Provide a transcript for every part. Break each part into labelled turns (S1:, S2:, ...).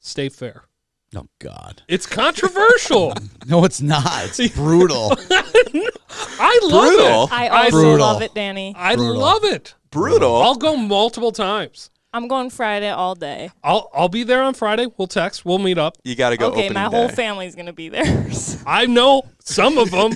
S1: Stay fair.
S2: Oh God!
S1: It's controversial.
S2: No, it's not. It's brutal.
S1: I love
S3: Brutal.
S1: it.
S4: I also
S2: Brutal.
S4: love it, Danny.
S1: I
S2: Brutal.
S1: love it.
S3: Brutal.
S1: I'll go multiple times.
S4: I'm going Friday all day.
S1: I'll I'll be there on Friday. We'll text. We'll meet up.
S3: You got to go.
S4: okay,
S3: opening
S4: my whole
S3: day.
S4: family's gonna be there. So
S1: I know some of them.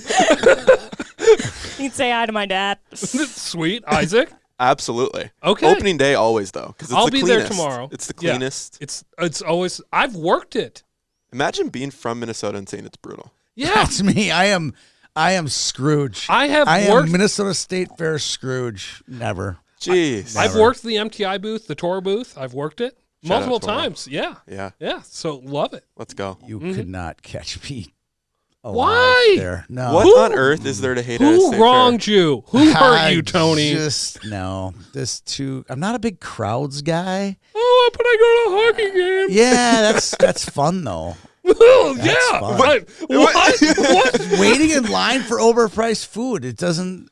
S4: You'd say hi to my dad.
S1: Sweet Isaac.
S3: Absolutely.
S1: Okay.
S3: Opening day always though, because
S1: I'll
S3: the
S1: be there
S3: cleanest.
S1: tomorrow.
S3: It's the
S1: Yeah.
S3: cleanest.
S1: It's it's always I've worked it.
S3: Imagine being from Minnesota and saying it's brutal.
S1: Yeah.
S2: That's me. I am. I am Scrooge.
S1: I have
S2: I
S1: worked
S2: am Minnesota State Fair Scrooge. Never.
S3: Jeez.
S1: I've worked the MTI booth, the tour booth. I've worked it
S3: Shout out
S1: multiple
S3: Toro.
S1: times. Yeah.
S3: yeah.
S1: Yeah. So love it.
S3: Let's go.
S2: You could not catch me.
S1: Mm-hmm.
S2: alive
S1: Why?
S2: There. No.
S3: What
S1: Who-
S3: on earth is there to hate? at a
S1: Who
S3: state
S1: wronged you? Who hurt
S2: I
S1: you, Tony?
S2: Just no. This too. I'm not a big crowds guy.
S1: Oh, but I go to a hockey game.
S2: Yeah, that's that's fun though.
S1: Oh, yeah.
S2: That's fine.
S1: Right. What? what?
S2: Waiting in line for overpriced food. It doesn't.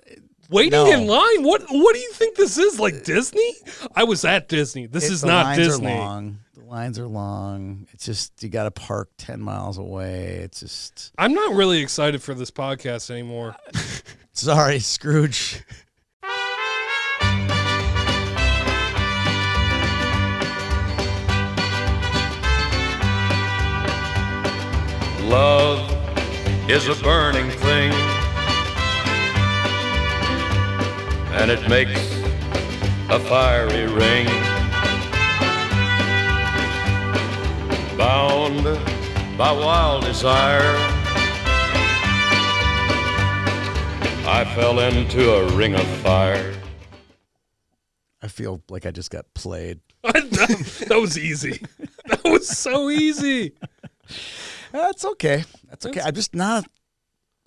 S1: Waiting
S2: No.
S1: in line? What? What do you think this is? Like Disney? I was at Disney. This
S2: it-
S1: is
S2: the
S1: not
S2: lines
S1: Disney.
S2: Are long. The lines are long. It's just you got to park ten miles away. It's just
S1: I'm not really excited for this podcast anymore.
S2: sorry, Scrooge.
S5: Love is a burning thing, and it makes a fiery ring. Bound by wild desire, I fell into a ring of fire.
S2: I feel like I just got played.
S1: that, that was easy. That was so easy.
S2: That's okay. That's okay. I'm just not a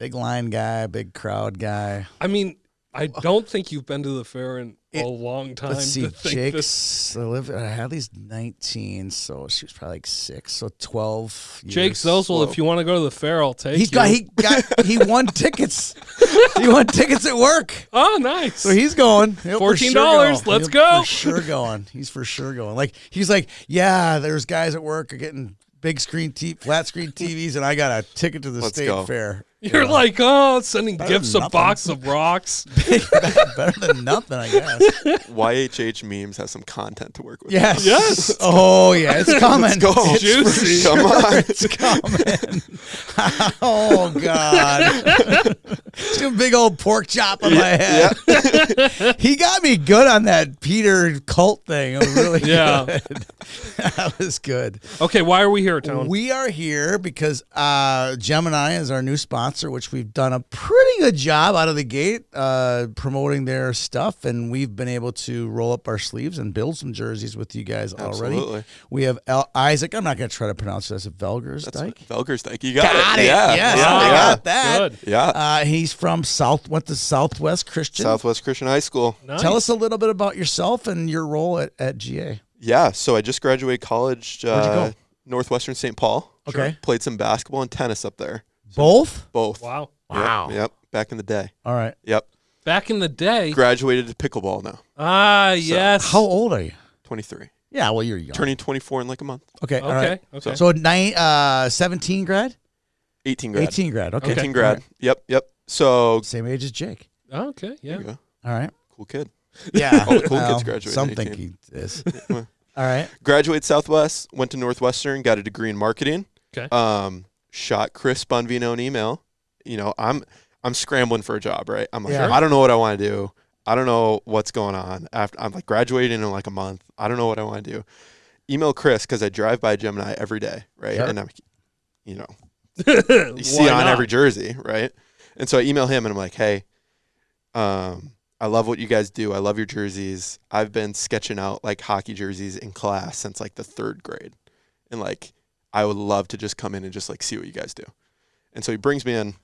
S2: big line guy, big crowd guy.
S1: I mean, I don't think you've been to the fair in a long time.
S2: Let's see,
S1: to think this-
S2: Jake's. I live. I had these 19, so she was probably like six, so 12. Years.
S1: Jake Zelsel,
S3: Whoa.
S1: if you want to go to the fair, I'll take
S2: He
S1: you.
S2: got. He got. He won tickets. he won tickets at work.
S1: oh, nice.
S2: So he's going. He'll for sure
S1: $14,
S2: go.
S1: let's
S2: He'll
S1: go.
S2: For sure going. He's for sure going. Like he's like, yeah. There's guys at work are getting big screen, t- flat screen TVs, and I got a ticket to the
S3: Let's
S2: state
S3: go.
S2: fair.
S1: You're like, oh, sending
S2: than
S1: gifts a
S2: nothing.
S1: box of rocks.
S2: Better than nothing, I guess.
S3: YHH memes has some content to work with.
S2: Yes.
S1: Yes.
S2: Oh yeah, it's coming.
S3: Go.
S2: It's
S1: Juicy.
S3: Come on.
S2: It's coming. oh God. It's a big old pork chop on my head. he got me good on that Peter cult thing. It was really
S1: Yeah.
S2: good. that was good.
S1: Okay, why are we here, Tone?
S2: We are here because uh, Gemini is our new sponsor, which we've done a pretty good job out of the gate uh, promoting their stuff, and we've been able to roll up our sleeves and build some jerseys with you guys already.
S3: Absolutely.
S2: We have El- Isaac. I'm not going to try to pronounce this. Velgers
S3: That's
S2: Dyke.
S3: Velgersdyke. You got,
S2: Got it.
S3: Yeah.
S2: Yes,
S3: Yeah.
S2: I
S3: yeah.
S2: got that.
S1: Good.
S3: Yeah.
S2: Uh, he's from South. Went to Southwest Christian.
S3: Southwest Christian High School.
S1: Nice.
S2: Tell us a little bit about yourself and your role at, at GA.
S3: Yeah. So I just graduated college. Uh,
S2: Where'd you go?
S3: Northwestern St. Paul.
S2: Okay.
S3: Played some basketball and tennis up there.
S2: Both.
S3: Both.
S1: Wow.
S3: Wow. Yep. yep. Back in the day.
S2: All right.
S3: Yep.
S1: Back in the day.
S3: Graduated to pickleball now.
S1: Ah, yes.
S2: How old are you?
S3: 23.
S2: Yeah. Well, you're young.
S3: Turning 24 in like a month.
S2: okay. All right.
S1: okay. Okay.
S2: So nine, uh, 17 grad?
S3: 18 grad.
S2: 18 grad. Okay.
S3: 18
S2: All
S3: grad.
S2: right.
S3: Yep. Yep. So
S2: Same age as Jake.
S1: okay. Yeah.
S3: there you go.
S2: All right.
S3: cool kid.
S2: Yeah.
S3: All the cool kids graduate
S2: Some
S3: at
S2: think
S3: 18.
S2: he is. All right.
S3: Graduated Southwest. Went to Northwestern. Got a degree in marketing.
S1: Okay.
S3: Um, shot Chris Bonvino an email. You know, I'm I'm scrambling for a job, right? I'm like,
S2: Yeah.
S3: I don't know what I want to do. I don't know what's going on. After I'm like graduating in like a month. I don't know what I want to do. Email Chris because I drive by Gemini every day, right?
S2: Sure.
S3: And I'm, you know,
S1: Why
S3: you see it on
S1: not?
S3: every jersey, right? And so I email him and I'm like, hey, um, I love what you guys do. I love your jerseys. I've been sketching out like hockey jerseys in class since like the third grade. And like, I would love to just come in and just like see what you guys do. And so he brings me in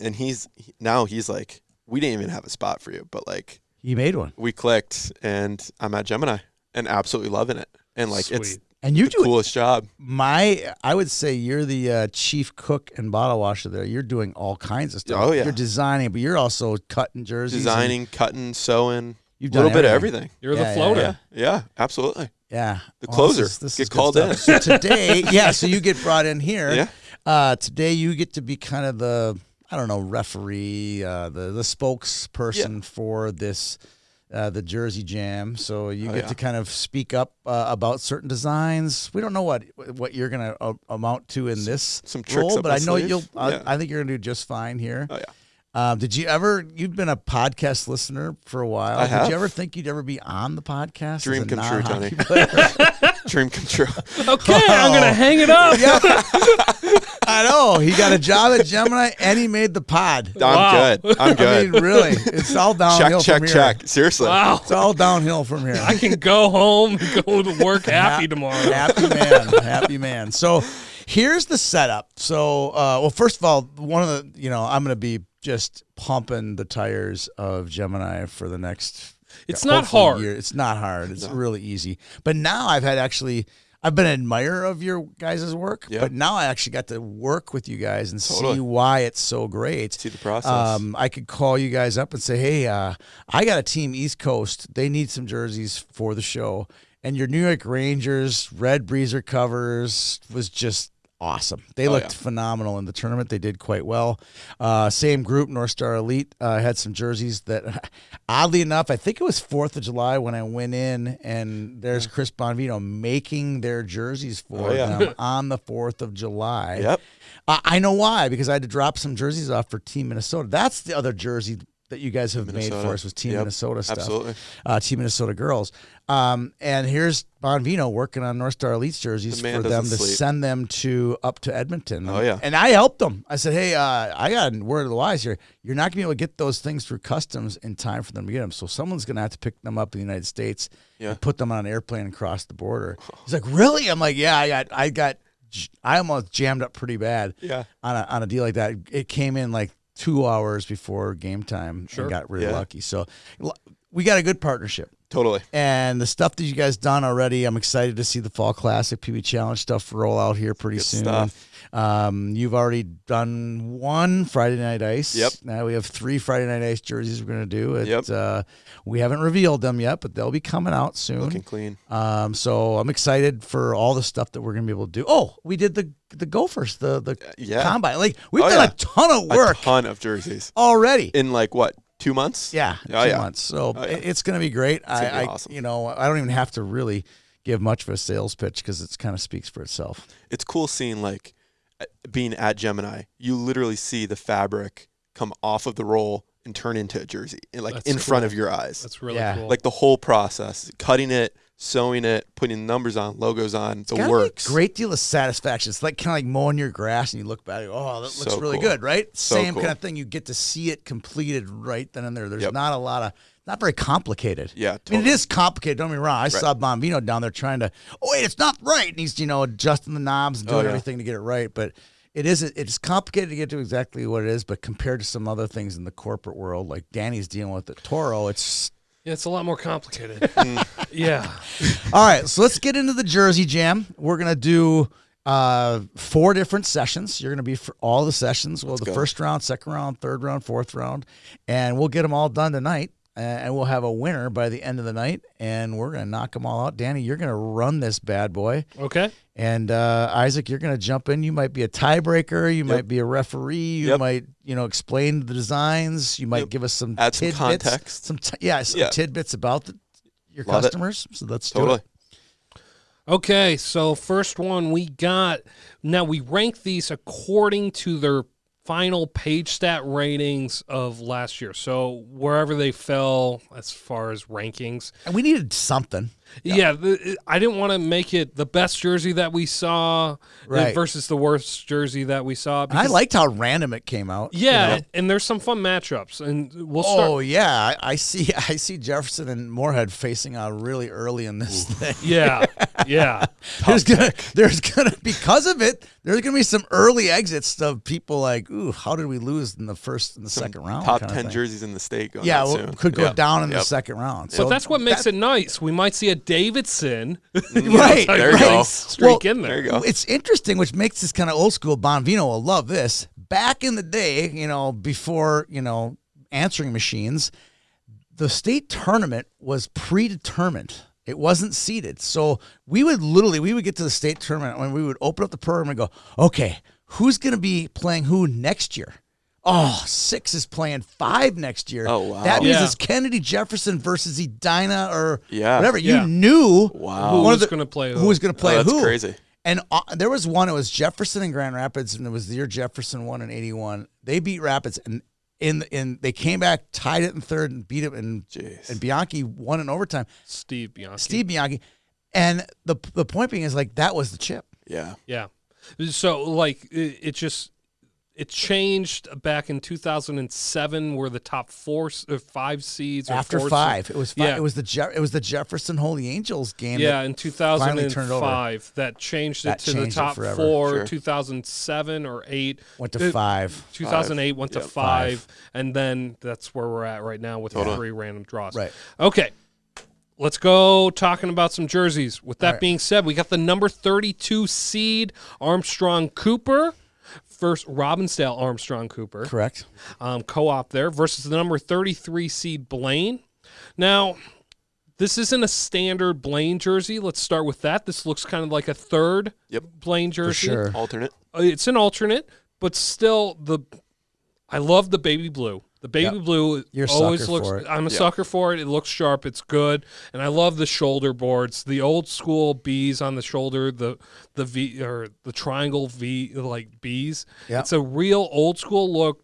S3: and he's he- now he's like, we didn't even have a spot for you, but like
S2: He made one.
S3: we clicked and I'm at Gemini and absolutely loving it. And like, it's
S1: Sweet.
S2: And you
S3: the
S2: do
S3: coolest job.
S2: my, I would say you're the uh, chief cook and bottle washer there. You're doing all kinds of stuff.
S3: Oh, yeah.
S2: You're designing, but you're also cutting jerseys. and
S3: Designing, cutting, sewing,
S2: You've
S3: a little
S2: done
S3: bit of
S2: everything.
S3: everything.
S1: You're
S2: Yeah,
S1: the
S2: yeah,
S1: floater.
S2: yeah.
S3: Yeah, absolutely.
S2: Yeah.
S3: The
S2: Well,
S3: closer.
S2: This is, this
S3: Get
S2: is good
S3: called
S2: stuff. So today, yeah, so you get brought in here.
S3: Yeah.
S2: Uh, today you get to be kind of the I don't know referee, uh, the the spokesperson for this. Uh, the Jersey Jam, so you
S3: Oh,
S2: get
S3: yeah.
S2: to kind of speak up uh, about certain designs. We don't know what what you're gonna uh, amount to in this
S3: some tricks
S2: role,
S3: up
S2: but
S3: my
S2: I know
S3: sleeve.
S2: you'll. I-
S3: Yeah.
S2: I think you're gonna do just fine here.
S3: Oh yeah.
S2: Um, did you ever? You've been a podcast listener for a while.
S3: I
S2: did
S3: have.
S2: you ever think you'd ever be on the podcast? as
S3: Dream
S2: a
S3: come true,
S2: non-hockey
S3: Tony.
S2: player?
S3: Dream come true.
S1: Okay, I'm
S2: Oh.
S1: gonna hang it up.
S2: I know he got a job at Gemini and he made the pod.
S3: I'm
S1: Wow.
S3: good. I'm
S2: I
S3: good.
S2: mean, really, it's all downhill.
S3: check, check,
S2: from here.
S3: check. Seriously.
S1: Wow,
S2: It's all downhill from here.
S1: I can go home and go to work happy tomorrow.
S2: Happy man, happy man. So here's the setup. So uh, well, first of all, one of the you know I'm going to be just pumping the tires of Gemini for the next.
S1: It's not
S2: hopefully
S1: hard.
S2: year. It's not hard. It's really easy. But now I've had actually. I've been an admirer of your guys' work,
S3: Yeah.
S2: but now I actually got to work with you guys and
S3: Totally.
S2: see why it's so great.
S3: See the process.
S2: Um, I could call you guys up and say, "Hey, uh, I got a team East Coast. They need some jerseys for the show." And your New York Rangers red breezer covers was just awesome. They
S3: Oh,
S2: looked phenomenal in the tournament. They did quite well. Uh, same group, North Star Elite, uh, had some jerseys that, oddly enough, I think it was Fourth of July when I went in, and there's Chris Bonvino making their jerseys for
S3: Oh, yeah.
S2: them on the Fourth of July.
S3: yep.
S2: I, I know why because I had to drop some jerseys off for Team Minnesota. That's the other jersey that you guys have made
S3: Minnesota.
S2: for us was Team
S3: Yep,
S2: Minnesota stuff.
S3: Absolutely.
S2: Uh, Team Minnesota girls. Um, and here's Bonvino working on North Star Elite's jerseys
S3: The man
S2: for them
S3: doesn't
S2: to
S3: sleep.
S2: send them to up to Edmonton.
S3: Oh, yeah.
S2: And I helped them. I said, hey, uh, I got a word of the wise here. You're not going to be able to get those things through customs in time for them to get them. So someone's going to have to pick them up in the United States
S3: Yeah.
S2: and put them on an airplane and cross the border. He's like, really? I'm like, yeah, I got, I got, j- I almost jammed up pretty bad
S3: Yeah.
S2: on a, on a deal like that. It came in like two hours before game time
S1: Sure.
S2: and got really
S3: Yeah.
S2: lucky. So l- we got a good partnership.
S3: Totally.
S2: And the stuff that you guys done already, I'm excited to see the Fall Classic PB Challenge stuff roll out here pretty
S3: Good
S2: soon.
S3: stuff.
S2: Um, you've already done one Friday Night Ice.
S3: Yep.
S2: Now we have three Friday Night Ice jerseys we're going to do. It,
S3: Yep.
S2: uh, we haven't revealed them yet, but they'll be coming out soon.
S3: Looking clean.
S2: Um, so I'm excited for all the stuff that we're gonna be able to do. Oh, we did the the Gophers, the the
S3: yeah.
S2: combine. Like we've
S3: Oh,
S2: done
S3: yeah.
S2: a ton of work
S3: A ton of jerseys.
S2: already.
S3: In like what? Two months?
S2: yeah,
S3: Oh,
S2: two
S3: yeah.
S2: months. So
S3: Oh, yeah.
S2: it- it's gonna be great.
S3: gonna be
S2: I,
S3: awesome.
S2: I you know I don't even have to really give much of a sales pitch because it's kind of speaks for itself.
S3: It's cool seeing like uh, being at Gemini. You literally see the fabric come off of the roll and turn into a jersey, and, like
S1: That's
S3: in front
S1: cool.
S3: of your eyes.
S1: That's really
S2: Yeah.
S1: cool.
S3: like the whole process, cutting it, sewing it, putting numbers on, logos on, the
S2: Gotta be
S3: works.
S2: A great deal of satisfaction. It's like kind of like mowing your grass and you look back, oh, that looks
S3: So
S2: really
S3: cool.
S2: good, right?
S3: So
S2: Same
S3: cool.
S2: kind of thing. You get to see it completed right then and there. There's
S3: Yep.
S2: not a lot of not very complicated.
S3: Yeah,
S2: I mean,
S3: totally.
S2: it is complicated. Don't get me wrong. I saw Bombino down there trying to, oh, wait, it's not right. And he's, you know, adjusting the knobs and
S3: Oh,
S2: doing
S3: yeah.
S2: everything to get it right. But it is, it's complicated to get to exactly what it is. But compared to some other things in the corporate world, like Danny's dealing with the Toro, it's
S1: yeah, it's a lot more complicated.
S2: Mm.
S1: yeah.
S2: All right, so let's get into the Jersey Jam. We're gonna do uh, four different sessions. You're gonna be for all the sessions. Well, the
S3: go.
S2: first round, second round, third round, fourth round, and we'll get them all done tonight. uh, And we'll have a winner by the end of the night, and we're gonna knock them all out. Danny, you're gonna run this bad boy,
S1: Okay.
S2: and uh, Isaac, you're gonna jump in. You might be a tiebreaker, you might be a referee, you
S3: Yep.
S2: might you know explain the designs, you might
S3: Yep.
S2: give us some
S3: Add some
S2: tidbits,
S3: context.
S2: some ti- yeah, some
S3: Yeah.
S2: tidbits about the, your
S3: Love it.
S2: customers. So let's do it.
S3: Totally.
S1: Okay, so first one we got. Now we rank these according to their final page stat ratings of last year. So wherever they fell as far as rankings.
S2: And we needed something.
S1: Yeah, the, I didn't want to make it the best jersey that we saw
S2: Right.
S1: versus the worst jersey that we saw.
S2: And I
S1: because-
S2: liked how random it came out.
S1: Yeah, and there's some fun matchups, and we'll start.
S2: Oh yeah, I I see. I see Jefferson and Moorhead facing out really early in this thing.
S1: Yeah, yeah.
S2: There's gonna, there's gonna, because of it, there's gonna be some early exits of people like, ooh, how did we lose in the first and the second round?
S3: Top
S2: kinda
S3: ten
S2: thing.
S3: jerseys in the state going
S2: Yeah,
S3: out
S2: well,
S3: soon.
S2: could go
S3: Yeah.
S2: down in the
S3: Yep.
S2: second round. So
S1: But that's what makes it nice. We might see a Davidson, like,
S2: right.
S3: There you
S1: really
S3: go.
S1: streak
S2: Well,
S1: in there.
S3: There you go.
S2: It's interesting, which makes this kind of old school. Bonvino will love this. Back in the day, you know, before you know answering machines, the state tournament was predetermined. It wasn't seeded. So we would literally we would get to the state tournament when we would open up the program and go, okay, who's gonna be playing who next year? Oh, six is playing five next year.
S3: Oh, wow.
S2: That means
S1: Yeah.
S2: it's Kennedy Jefferson versus Edina or
S3: Yeah.
S2: whatever. You
S1: Yeah.
S2: knew
S3: Wow.
S1: Who
S2: one of
S1: was
S2: the-
S1: going to play? uh,
S2: who was going to play
S3: Oh, that's
S2: who.
S3: crazy.
S2: And uh, there was one. It was Jefferson and Grand Rapids, and it was the year Jefferson won in '81. They beat Rapids, and in in they came back, tied it in third, and beat it. And
S3: Jeez.
S2: and Bianchi won in overtime.
S1: Steve Bianchi?
S2: Steve Bianchi, and the the point being is like that was the chip.
S3: Yeah.
S1: Yeah. So like it, it just it changed back in 2007 where the top four s- or five seeds or
S2: After
S1: four se-
S2: five, it was five,
S1: Yeah.
S2: it was the Je- it was the Jefferson Holy Angels game. that-
S1: yeah, in
S2: finally turned it over.
S1: 2005 that changed it
S2: That
S1: to
S2: changed it
S1: the top
S2: forever.
S1: 4,
S3: Sure.
S1: 2007 or 8,
S2: went to
S1: Uh,
S2: five.
S1: 2008 went to
S3: Yep.
S1: 5,
S2: Five.
S1: and then that's where we're at right now with the
S3: Totally.
S1: three random draws.
S2: Right.
S1: Okay. Let's go talking about some jerseys. With that
S2: All right.
S1: being said, we got the number 32 seed Armstrong Cooper versus Robbinsdale Armstrong Cooper
S2: Correct.
S1: um, co op there versus the number 33 seed Blaine. Now, this isn't a standard Blaine jersey. Let's start with that. This looks kind of like a third
S3: Yep.
S1: Blaine jersey.
S2: sure.
S3: Alternate.
S1: Uh, It's an alternate, but still the I love the baby blue. The baby blue
S2: You're a
S1: always
S2: sucker
S1: looks
S2: for it.
S1: I'm a
S3: Yeah.
S1: sucker for it. It looks sharp, it's good. And I love the shoulder boards, the old school B's on the shoulder, the the V or the triangle V like B's.
S2: Yeah.
S1: It's a real old school look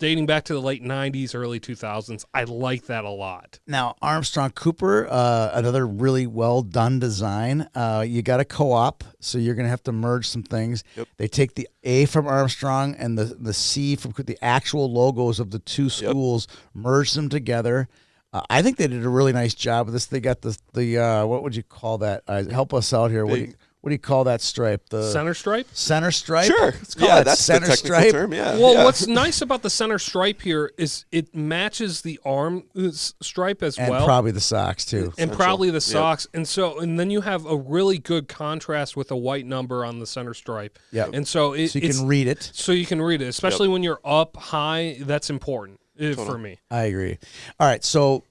S1: dating back to the late 90s, early 2000s. I like that a lot.
S2: Now Armstrong Cooper, uh, another really well done design. Uh, you got a co-op, so you're gonna have to merge some things.
S3: Yep.
S2: They take the A from Armstrong and the the C from the actual logos of the two schools, merge them together. Uh, I think they did a really nice job with this. They got the the uh, what would you call that? Uh, help us out here. What do, you,
S3: Big-
S2: what do you call that stripe? The
S1: Center stripe?
S2: center stripe.
S3: Sure.
S2: Let's call
S3: Yeah,
S2: it
S3: that's
S2: center
S3: the technical
S2: stripe.
S3: term. Yeah.
S1: Well,
S3: yeah.
S1: what's nice about the center stripe here is it matches the arm uh, s- stripe as
S2: And
S1: well.
S2: probably the socks too.
S1: and
S3: Essential.
S1: probably the
S3: Yep.
S1: socks. And so, and then you have a really good contrast with a white number on the center stripe.
S2: Yep.
S1: And so, it,
S2: So you
S1: it's,
S2: can read it.
S1: so you can read it, especially when you're up high. That's important uh, for me.
S2: I agree. All right, so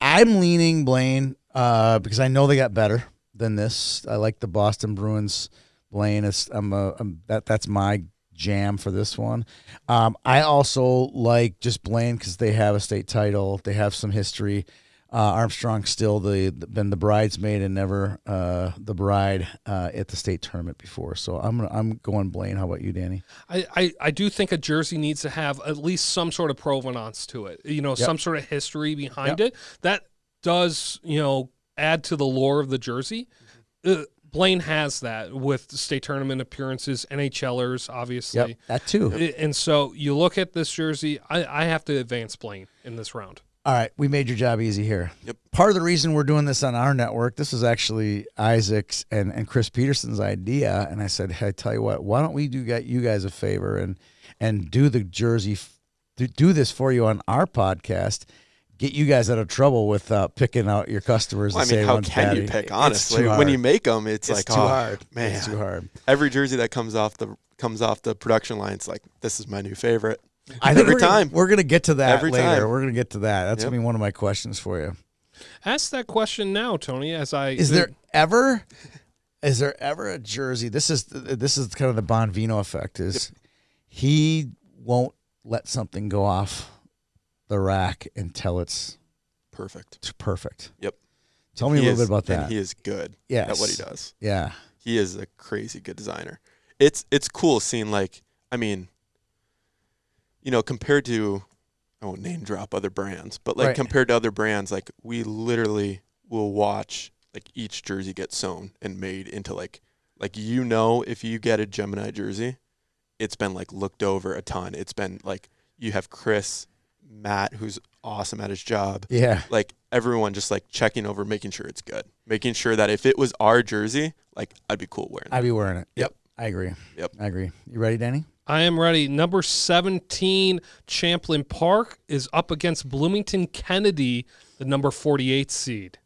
S2: I'm leaning Blaine uh, because I know they got better than this. I like the Boston Bruins. Blaine is I'm a I'm, that that's my jam for this one. Um, I also like just Blaine because they have a state title. They have some history. Uh, Armstrong still the, the- been the bridesmaid and never uh, the bride uh, at the state tournament before. So I'm gonna, I'm going Blaine. How about you, Danny?
S1: I, I, I do think a jersey needs to have at least some sort of provenance to it. You know, some sort of history behind it. That does you know add to the lore of the jersey. Uh, Blaine has that with state tournament appearances, NHLers, obviously.
S2: Yep, that too.
S1: I- And so you look at this jersey. I, I have to advance Blaine in this round.
S2: All right, we made your job easy here.
S3: Yep.
S2: Part of the reason we're doing this on our network, this is actually Isaac's and, and Chris Peterson's idea, and I said, "Hey, I tell you what, why don't we do get you guys a favor and and do the jersey, f- do, do this for you on our podcast, get you guys out of trouble with uh, picking out your customers."
S3: Well, I
S2: and
S3: mean,
S2: say
S3: how
S2: one's
S3: can you
S2: batty.
S3: pick?
S2: It's
S3: Honestly,
S2: too
S3: when you
S2: hard.
S3: make them, it's,
S2: it's
S3: like
S2: too
S3: oh,
S2: hard,
S3: man.
S2: it's too hard.
S3: Every jersey that comes off the comes off the production line, it's like this is my new favorite.
S2: I think
S3: Every
S2: we're gonna-
S3: time.
S2: we're gonna get to that
S3: Every
S2: later.
S3: time.
S2: We're gonna get to that. That's
S3: Yep.
S2: gonna be one of my questions for you.
S1: Ask that question now, Tony. As I
S2: Is there ever is there ever a jersey? This is this is kind of the Bonvino effect is he won't let something go off the rack until it's
S3: Perfect.
S2: t- perfect.
S3: Yep.
S2: Tell me a
S3: He
S2: little
S3: is-
S2: bit about
S3: and
S2: that.
S3: he is good
S2: yes.
S3: at what he does.
S2: Yeah.
S3: He is a crazy good designer. It's it's cool seeing like I mean, you know, compared to I won't name drop other brands, but like
S2: Right.
S3: compared to other brands, like we literally will watch like each jersey get sewn and made into like like you know if you get a Gemini jersey, it's been like looked over a ton. It's been like you have Chris, Matt, who's awesome at his job
S2: Yeah.
S3: like everyone just like checking over, making sure it's good, making sure that if it was our jersey, like I'd be cool wearing. it.
S2: I'd be wearing it.
S3: Yep.
S2: I agree.
S3: Yep.
S2: I agree. You ready, Danny?
S1: I am ready. Number 17, Champlain Park is up against Bloomington Kennedy, the number 48 seed.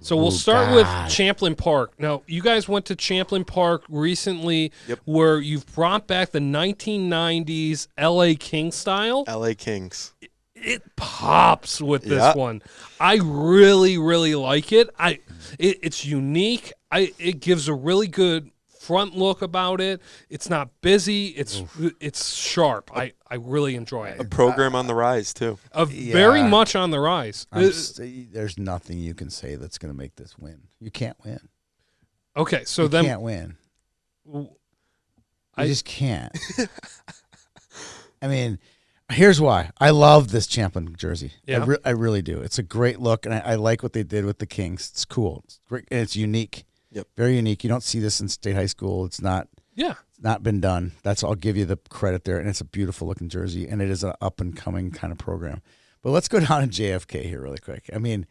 S1: So we'll start with Champlain Park. Now, you guys went to Champlain Park recently
S3: Yep.
S1: where you've brought back the 1990s LA King style.
S3: LA Kings.
S1: it pops with this
S3: Yeah.
S1: one. I really, really like it. I it, it's unique. I it gives a really good front look about it. It's not busy. It's it's sharp. I I really enjoy it.
S3: Program on the rise too.
S1: A, very
S2: Uh, yeah.
S1: much on the rise.
S2: I'm
S1: Uh,
S2: s- there's nothing you can say that's going to make this win. You can't win.
S1: Uh, okay, so
S2: you
S1: then
S2: can't win. You
S1: I-
S2: just can't. I mean, here's why. I love this champion jersey.
S1: Yeah.
S2: I, re- I really do. It's a great look, and I, I like what they did with the Kings. It's cool. It's great, and it's unique.
S3: Yep.
S2: Very unique. You don't see this in state high school. It's not
S1: yeah,
S2: it's not been done. That's I'll give you the credit there, and it's a beautiful looking jersey, and it is an up and coming kind of program. But let's go down to JFK here really quick. I mean,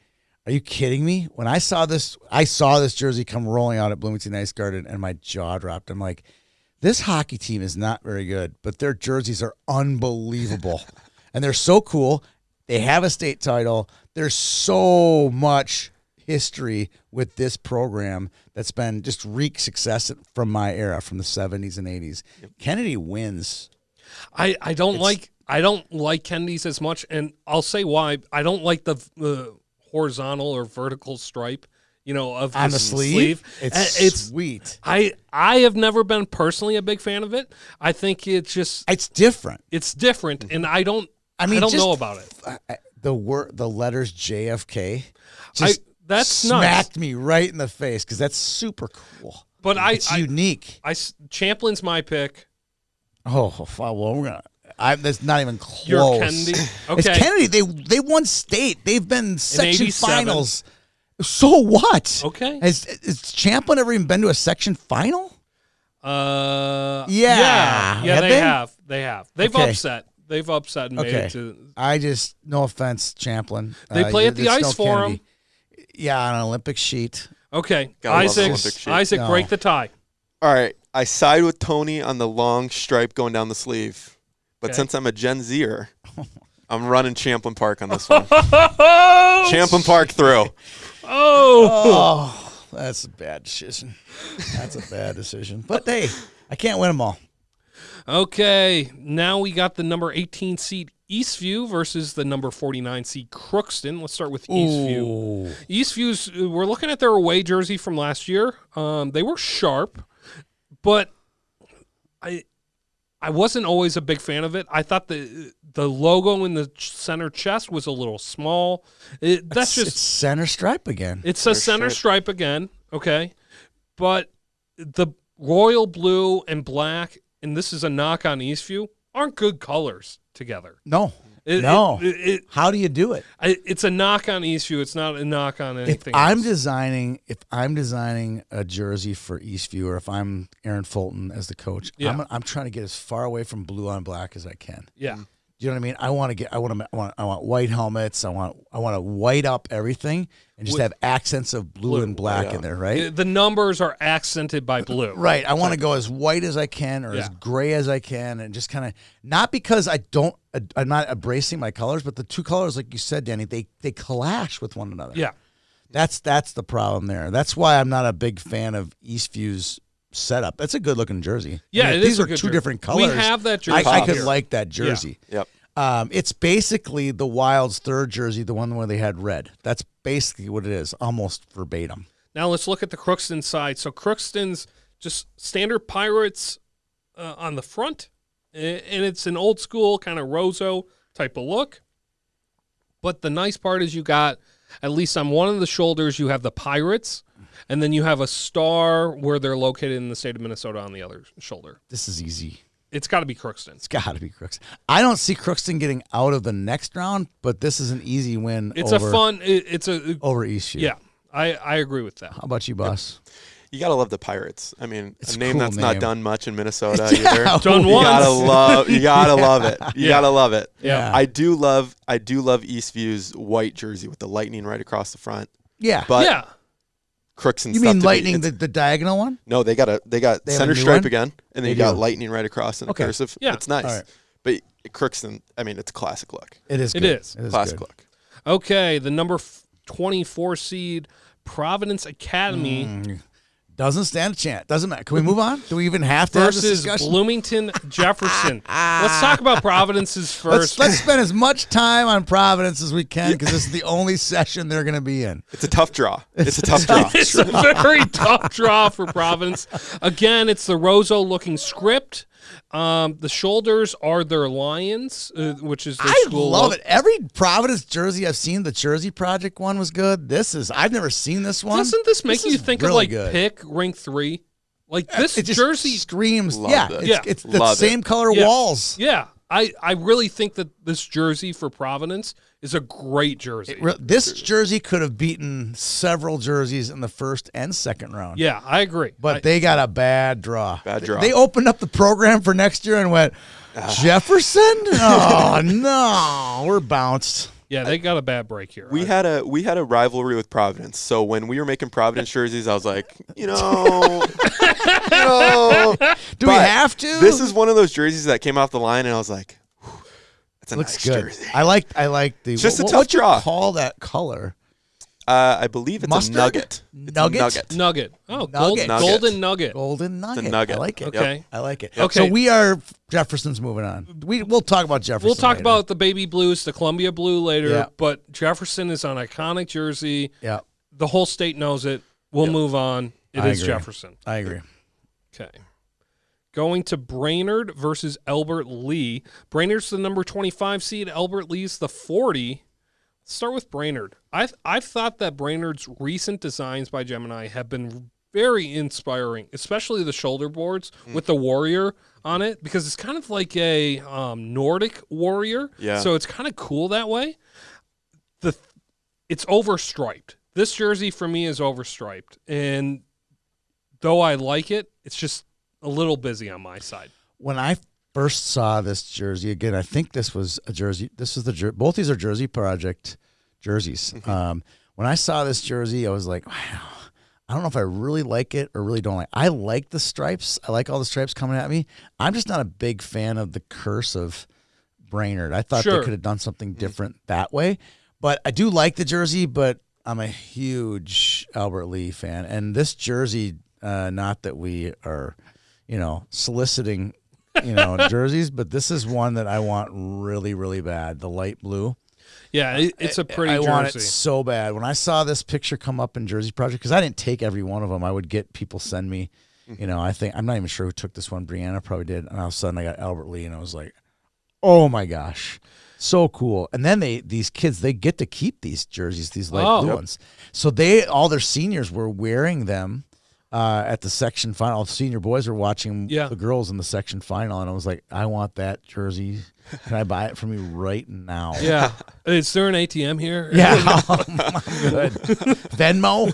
S2: are you kidding me? When I saw this, I saw this jersey come rolling out at Bloomington Ice Garden, and my jaw dropped. I'm like, this hockey team is not very good, but their jerseys are unbelievable, and they're so cool. They have a state title. There's so much history with this program that's been just reek success from my era, from the 70s and 80s. Kennedy wins.
S1: I I don't like I don't like Kennedy's as much, and I'll say why. I don't like the the horizontal or vertical stripe. You know, of
S2: On
S1: his
S2: the sleeve, it's,
S1: Uh, it's
S2: sweet.
S1: I I have never been personally a big fan of it. I think it's just
S2: It's different.
S1: it's different, and I don't I
S2: I mean,
S1: don't
S2: just-
S1: know about it.
S2: I- I- The word, the letters JFK, just
S1: that's
S2: smacked me right in the face because that's super cool.
S1: But I
S2: It's
S1: I,
S2: unique.
S1: I s- Champlin's my pick.
S2: Oh, f- well, we're gonna. I, that's not even close.
S1: You're Kennedy.
S2: It's
S1: Okay.
S2: Kennedy. They they won state. They've been section
S1: 87.
S2: finals. So what?
S1: Okay.
S2: Has, has Champlin ever even been to a section final?
S1: Uh,
S2: Yeah.
S1: yeah, yeah.
S2: Have
S1: They,
S2: they?
S1: have, they have, they've
S2: Okay.
S1: upset, they've upset and made
S2: Okay.
S1: it to.
S2: I just no offense, Champlin.
S1: They play
S2: you-
S1: at the
S2: it's
S1: Ice
S2: no
S1: Forum.
S2: Kennedy. Yeah, on an Olympic sheet.
S1: Okay,
S3: Gotta love
S1: Isaac,
S3: Olympic shit.
S1: Isaac,
S2: No.
S1: break the tie.
S3: All right, I side with Tony on the long stripe going down the sleeve, but
S1: Okay.
S3: since I'm a Gen Zer, I'm running Champlin Park on this one. Champlin Park through.
S1: Oh,
S2: Oh, that's a bad decision. That's a bad decision. But hey, I can't win them all.
S1: okay. Now we got the number 18 seed Eastview versus the number 49 seed Crookston. Let's start with Eastview. Eastview's, uh, we're looking at their away jersey from last year. Um, they were sharp, but I I wasn't always a big fan of it. I thought the the logo in the ch- center chest was a little small. It, that's
S2: It's-
S1: just
S2: it's center stripe again.
S1: it's a center
S3: Center
S1: stripe again, okay? But the royal blue and black, and this is a knock on Eastview, aren't good colors together.
S2: No,
S1: It-
S2: no.
S1: it- it- it-
S2: How do you do it?
S1: I- it's a knock on Eastview. It's not a knock on
S2: If
S1: anything.
S2: I'm
S1: else.
S2: designing, if I'm designing a jersey for Eastview, or if I'm Aaron Fulton as the coach,
S1: Yeah.
S2: I'm, I'm trying to get as far away from blue on black as I can.
S1: yeah.
S2: Do you know what I mean? I want to get. I want to. I want. I want white helmets. I want. I want to white up everything and just
S1: With-
S2: have accents of blue, and black in there, right?
S1: Yeah, The numbers are accented by blue.
S2: Right. I want to go as white as I can or as
S1: Yeah.
S2: gray as I can and just kind of not because I don't I'm not embracing my colors, but the two colors like you said Danny, they they clash with one another.
S1: Yeah.
S2: That's that's the problem there. That's why I'm not a big fan of Eastview's setup. That's a good looking jersey. I
S1: Yeah,
S2: mean,
S1: it
S2: if
S1: is
S2: these
S1: a
S2: are
S1: good
S2: two
S1: jersey.
S2: different
S1: We
S2: colors.
S1: have that
S2: I-
S1: jersey
S2: I,
S1: here.
S2: could like that jersey.
S3: Yep.
S2: Um, it's basically the Wild's third jersey, the one where they had red. That's basically what it is, almost verbatim.
S1: Now let's look at the Crookston side. So Crookston's just standard pirates uh, on the front, a- and it's an old school kind of Roseau type of look. But the nice part is you got, at least on one of the shoulders, you have the pirates, and then you have a star where they're located in the state of Minnesota on the other shoulder.
S2: This is easy.
S1: It's got to be Crookston.
S2: It's got to be Crookston. I don't see Crookston getting out of the next round, but this is an easy win.
S1: It's
S2: over,
S1: a fun. It, it's a
S3: Oh,
S2: over Eastview.
S1: yeah. I I agree with that.
S2: How about you, boss?
S3: You gotta love the Pirates. I mean,
S2: It's
S3: a
S2: a
S3: name
S2: cool
S3: that's not
S2: name.
S3: done much in Minnesota either.
S1: Done
S3: you
S1: once.
S3: gotta love. You gotta love it. You gotta love it.
S2: Uh,
S1: Yeah.
S3: I do love. I do love Eastview's white jersey with the lightning right across the front.
S2: Yeah.
S3: But
S1: yeah.
S3: crooks and
S2: you
S3: stuff
S2: mean
S3: to beat.
S2: lightning,
S3: It's-
S2: the, the diagonal one?
S3: no, they got a they got
S2: They have a
S3: center
S2: new
S3: stripe
S2: one?
S3: again, and then
S2: They
S3: you got
S2: do.
S3: lightning right across in
S2: Okay.
S3: cursive.
S1: Yeah.
S3: it's nice.
S2: All right.
S3: But crooks and I mean, it's a classic look.
S2: It is.
S1: It
S2: good.
S1: is.
S2: It is
S3: classic
S2: good.
S3: look.
S2: Hmm.
S1: Okay, the number f- 24 seed Providence Academy.
S2: Doesn't stand a chance. Doesn't matter. Can we move on? Do we even have to have this
S1: versus
S2: discussion?
S1: Bloomington Jefferson. Let's talk about Providence's
S2: Let's,
S1: 1st
S2: let's spend as much time on Providence as we can because this is the only session they're going to be in.
S3: It's a tough draw. It's a tough draw.
S1: it's a very tough draw for Providence. Again, it's the Roseau looking script. Um, the shoulders are their lions, uh, which is their
S2: I
S1: school.
S2: love
S1: logo.
S2: it. Every Providence jersey I've seen, the Jersey Project one was good. This is I've never seen this one.
S1: Doesn't this make you
S2: is
S1: think of
S2: really
S1: like
S2: good.
S1: pick rank three? Like this
S2: It just
S1: jersey
S2: screams.
S3: Love
S2: yeah,
S3: it.
S2: it's,
S1: Yeah.
S2: it's the
S3: Love it.
S2: same color
S1: Yeah.
S2: walls.
S1: Yeah, I, I really think that this jersey for Providence is a great jersey.
S2: Re- This jersey could have beaten several jerseys in the first and second round.
S1: yeah, I agree.
S2: But
S1: I-
S2: they got a bad draw.
S3: Bad draw. Ah.
S2: They opened up the program for next year and went, Jefferson? Oh, no. We're bounced.
S1: yeah, they got a bad break here.
S3: We
S1: I-
S3: had a we had a rivalry with Providence. So when we were making Providence jerseys, I was like, you know, you know,
S2: Do we
S3: But
S2: have to?
S3: this is one of those jerseys that came off the line, and I was like, whew, that's a
S2: looks
S3: nice
S2: good.
S3: jersey.
S2: I like I like the
S3: Just a
S2: what,
S3: tough
S2: what do you
S3: draw.
S2: Call that color.
S3: Uh, I believe it's
S2: Mustard?
S3: a nugget. It's a
S2: Nugget?
S3: nugget.
S1: nugget. Oh,
S2: Nugget.
S1: Gold,
S3: Nugget.
S1: golden nugget.
S2: Golden nugget.
S3: nugget.
S2: I like it.
S1: Okay.
S2: I like it.
S1: Okay.
S2: So we are Jefferson's moving on. We we'll talk about Jefferson.
S1: We'll talk
S2: later.
S1: about the baby blues, the Columbia blue later,
S2: Yeah.
S1: but Jefferson is on iconic jersey.
S2: Yeah,
S1: The whole state knows it. We'll move on. It is
S2: I agree.
S1: Jefferson.
S2: I agree.
S1: Okay. Going to Brainerd versus Albert Lee. Brainerd's the number 25 seed. Albert Lee's the 40. Let's start with Brainerd. I've, I've thought that Brainerd's recent designs by Gemini have been very inspiring, especially the shoulder boards with the warrior on it, because it's kind of like a um, Nordic warrior.
S3: Yeah.
S1: So it's kind of cool that way. The It's overstriped. This jersey for me is overstriped. And though I like it, it's just a little busy on my side.
S2: When I first saw this jersey again, I think this was a jersey. This is the jer- both these are Jersey Project jerseys. Um, when I saw this jersey, I was like, wow. I don't know if I really like it or really don't like. I like the stripes. I like all the stripes coming at me. I'm just not a big fan of the curse of Brainerd. I thought
S1: Sure.
S2: they could have done something different that way. But I do like the jersey, but I'm a huge Albert Lee fan. And this jersey, uh, not that we are, you know, soliciting, you know, jerseys, but this is one that I want really, really bad. The light blue.
S1: Yeah, it, it's a pretty
S2: I
S1: jersey.
S2: want it so bad. When I saw this picture come up in Jersey Project, because I didn't take every one of them, I would get people send me.
S1: Mm-hmm.
S2: You know, I think I'm not even sure who took this one. Brianna probably did, and all of a sudden I got Albert Lee, and I was like, "Oh my gosh, so cool!" And then they these kids they get to keep these jerseys, these light
S1: Oh.
S2: blue
S1: Yep.
S2: ones. So they all their seniors were wearing them uh, at the section final. All the senior boys were watching
S1: Yeah.
S2: the girls in the section final, and I was like, "I want that jersey. Can I buy it from you right now?"
S1: yeah. Is there an ATM here? Uh,
S2: Yeah.
S1: Oh,
S2: good. Venmo.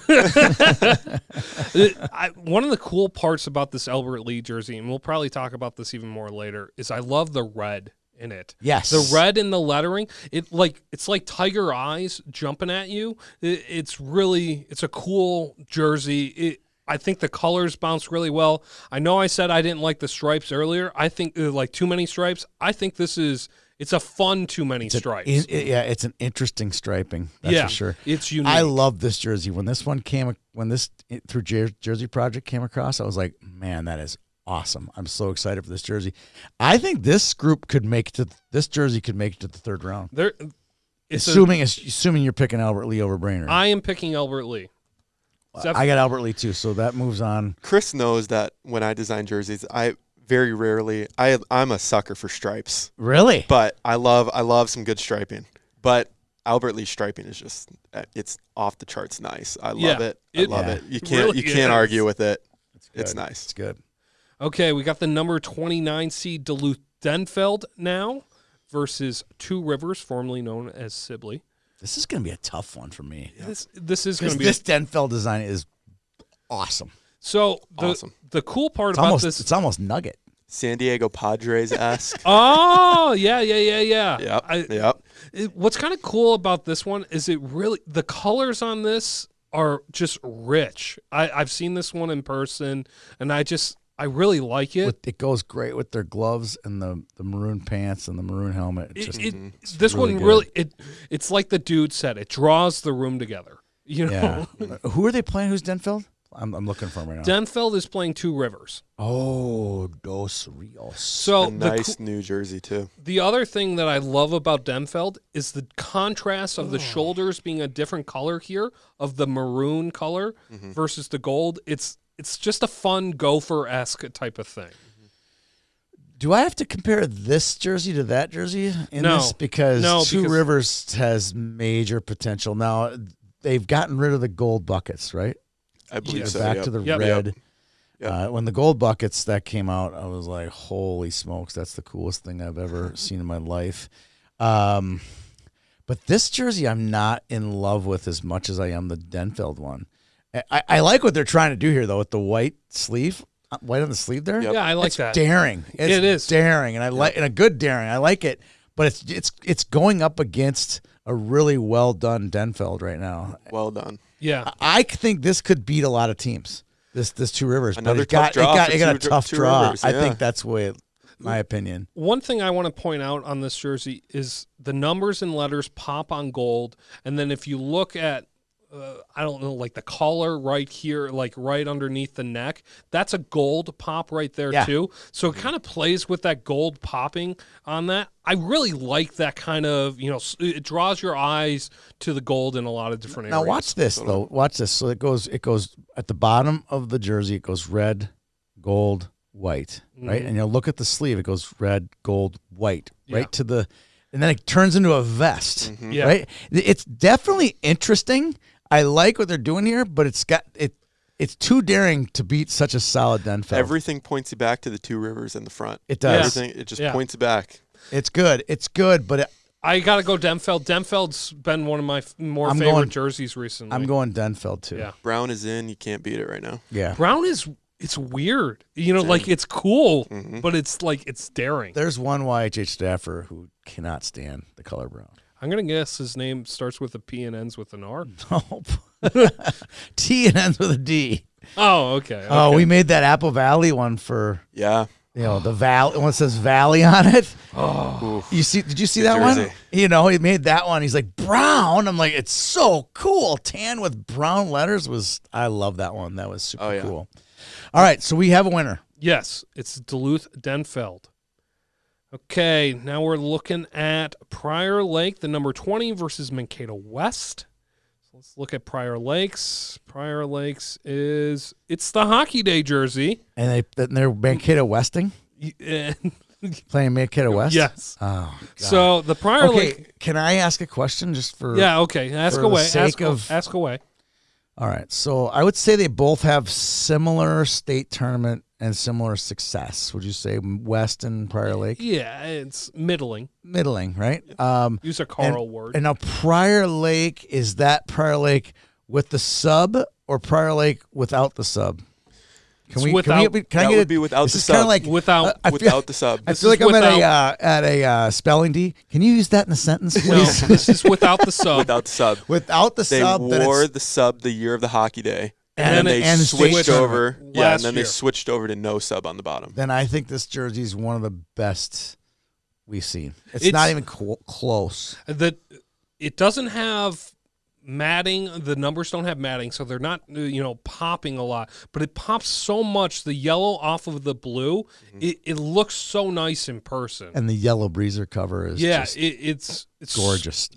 S1: It- I, one of the cool parts about this Albert Lee jersey, and we'll probably talk about this even more later, is I love the red in it.
S2: Yes.
S1: The red in the lettering, it like it's like tiger eyes jumping at you. It, it's really it's a cool jersey. It, I think the colors bounce really well. I know I said I didn't like the stripes earlier. I think uh, like too many stripes. I think this is it's a fun too many stripes.
S2: It- it- yeah, it's an interesting striping. That's
S1: yeah,
S2: for sure.
S1: It's unique.
S2: I love this jersey. When this one came, when this it- through Jer- Jersey Project came across, I was like, man, that is awesome. I'm so excited for this jersey. I think this group could make it to this jersey could make it to the third round.
S1: there. It's a-
S2: assuming assuming you're picking Albert Lee over Brainerd.
S1: I am picking Albert Lee. Zeph-
S2: I got Albert Lee too, so that moves on.
S3: Chris knows that when I design jerseys, I very rarely I I'm a sucker for stripes,
S2: Really?
S3: but I love I love some good striping. But Albert Lee striping is just uh, it's off the charts nice. I love
S1: Yeah,
S3: it. I
S1: it
S3: love
S2: Yeah.
S3: it. You can't
S1: really
S3: you can't
S1: is.
S3: argue with it. It's
S2: good.
S3: nice.
S2: It's good.
S1: Okay, we got the number 29 seed Duluth Denfeld now versus Two Rivers, formerly known as Sibley.
S2: This is going to be a tough one for me.
S1: This this is going
S2: Because
S1: to be
S2: this Denfeld design is awesome.
S1: so the
S3: Awesome.
S1: the cool part
S2: It's
S1: about
S2: almost
S1: this.
S2: it's almost nugget.
S3: San Diego Padres esque.
S1: Oh yeah yeah yeah yeah.
S3: yep.
S1: I-
S3: yep.
S1: it- what's kind of cool about this one is it really the colors on this are just rich. I, I've seen this one in person, and I just I really like it.
S2: With, it goes great with their gloves and the, the maroon pants and the maroon helmet. It's
S1: it,
S2: just
S1: it- this
S2: really
S1: one
S2: good.
S1: really it it's like the dude said it draws the room together you know
S2: yeah. Who are they playing? Who's Denfeld? I'm, I'm looking for him right now.
S1: Denfeld is playing Two Rivers.
S2: oh, Dos Rios.
S1: So
S3: a
S1: the
S3: nice New Jersey too.
S1: The other thing that I love about Demfeld is the contrast of the shoulders being a different color here of the maroon color versus the gold. It's it's just a fun gopher esque type of thing.
S2: Do I have to compare this jersey to that jersey in
S1: No.
S2: this? Because
S1: No,
S2: Two
S1: because-
S2: Rivers has major potential. Now, they've gotten rid of the gold buckets, right?
S3: I believe
S1: Yeah.
S3: so.
S2: back
S3: yep.
S2: to the
S1: Yep.
S2: red.
S3: Yep.
S2: Uh, when the gold buckets that came out, I was like, "Holy smokes, that's the coolest thing I've ever seen in my life." Um, but this jersey, I'm not in love with as much as I am the Denfeld one. I- I, I like what they're trying to do here, though, with the white sleeve, uh, white on the sleeve there.
S3: Yep.
S1: Yeah, I like
S2: it's
S1: that.
S2: daring. It's
S1: It is.
S2: daring, and I like and a good daring. I like it, but it's it's it's going up against a really well done Denfeld right now.
S3: Well done.
S1: yeah.
S2: I think this could beat a lot of teams. This this two rivers,
S3: Another
S2: but it got
S3: tough draw
S2: it got
S3: for
S2: it got a
S3: Two-
S2: tough
S3: Two
S2: draw.
S3: Rivers,
S2: I
S3: yeah.
S2: think that's the way, it, my opinion.
S1: One thing I want to point out on this jersey is the numbers and letters pop on gold, and then if you look at uh, I don't know, like the collar right here, like right underneath the neck. That's a gold pop right there
S2: Yeah. Mm-hmm.
S1: too. So it kind of plays with that gold popping on that. I really like that kind of, you know, s- it draws your eyes to the gold in a lot of different
S2: Now
S1: areas.
S2: watch this though. Watch this. So it goes it goes at the bottom of the jersey. It goes red, gold, white,
S3: Mm.
S2: right? And you'll look at the sleeve. It goes red, gold, white,
S1: Yeah.
S2: right to the, and then it turns into a vest,
S3: Mm-hmm.
S1: Yeah.
S2: right? It's definitely interesting. I like what they're doing here, but it's got it. It's too daring to beat such a solid Denfeld.
S3: Everything points you back to the two rivers in the front.
S2: it does.
S3: Everything it just
S1: Yeah.
S3: points you back.
S2: It's good. It's good, but it,
S1: I gotta go Demfeld. Demfeld's been one of my f- more
S2: I'm
S1: favorite
S2: going-
S1: jerseys recently.
S2: I'm going Denfeld too.
S1: Yeah.
S3: Brown is in. You can't beat it right now.
S2: Yeah.
S1: Brown is it's weird, you know, like it's cool,
S2: Mm-hmm.
S1: but it's like it's daring.
S2: There's one YHH staffer who cannot stand the color brown.
S1: I'm gonna guess his name starts with a P and ends with an R.
S3: Oh,
S2: Nope. T and ends with a D.
S1: Oh, okay.
S2: Oh,
S1: okay.
S2: we made that Apple Valley one for
S3: Yeah.
S2: you know the valley one that says Valley on it.
S1: Oh.
S3: Oof.
S2: You see? Did you see
S3: Good
S2: that one?
S3: jersey.
S2: You know, he made that one. He's like brown. I'm like, it's so cool. Tan with brown letters was. I love that one. That was super
S3: Oh, yeah.
S2: cool. All right, so we have a winner.
S1: yes, it's Duluth Denfeld. Okay, now we're looking at Prior Lake, the number 20 versus Mankato West. So let's look at Prior Lakes. Prior Lakes is it's the hockey day jersey.
S2: And they and they're Mankato Westing
S1: Y- and-
S2: playing Mankato West.
S1: yes.
S2: Oh, God.
S1: So the Prior
S2: okay.
S1: Lake
S2: Can I ask a question just for?
S1: Yeah, okay. Ask
S2: for the
S1: away. Ask,
S2: sake of-
S1: ask away.
S2: All right. So I would say they both have similar state tournament and similar success. Would you say West and Prior Lake
S1: Yeah, it's middling.
S2: middling, right? Um,
S1: Use a Carl word.
S2: and now Prior Lake is that Prior Lake with the sub or Prior Lake without the sub? Can
S1: It's
S2: we?
S1: without-
S2: can we, can I
S3: that
S2: get
S3: would
S2: it?
S3: be without
S2: this
S3: the
S2: is kinda
S3: sub.
S2: Like,
S1: Without-
S2: I- I feel-
S3: Without the sub.
S2: I
S1: This
S2: feel
S1: is
S2: like I'm at a
S1: without-
S2: uh, at a uh, spelling D. Can you use that in a sentence,
S1: no,
S2: please?
S1: this is without the sub.
S3: Without the sub.
S2: Without the
S3: They
S2: sub, then
S3: wore
S2: it's
S3: the sub the year of the hockey day.
S2: And
S3: And,
S2: then
S3: then they
S2: it- and
S3: switched
S2: state
S3: over. Yeah,
S1: last
S3: and then
S1: year.
S3: they switched over to no sub on the bottom.
S2: then I think this jersey is one of the best we've seen. It's,
S1: It's-
S2: not even co- close.
S1: the it doesn't have matting the numbers don't have matting so they're not uh, you know popping a lot but it pops so much the yellow off of the blue it, it looks so nice in person
S2: Mm-hmm. And the yellow breezer cover is
S1: yeah
S2: just
S1: it, it's it's
S2: gorgeous.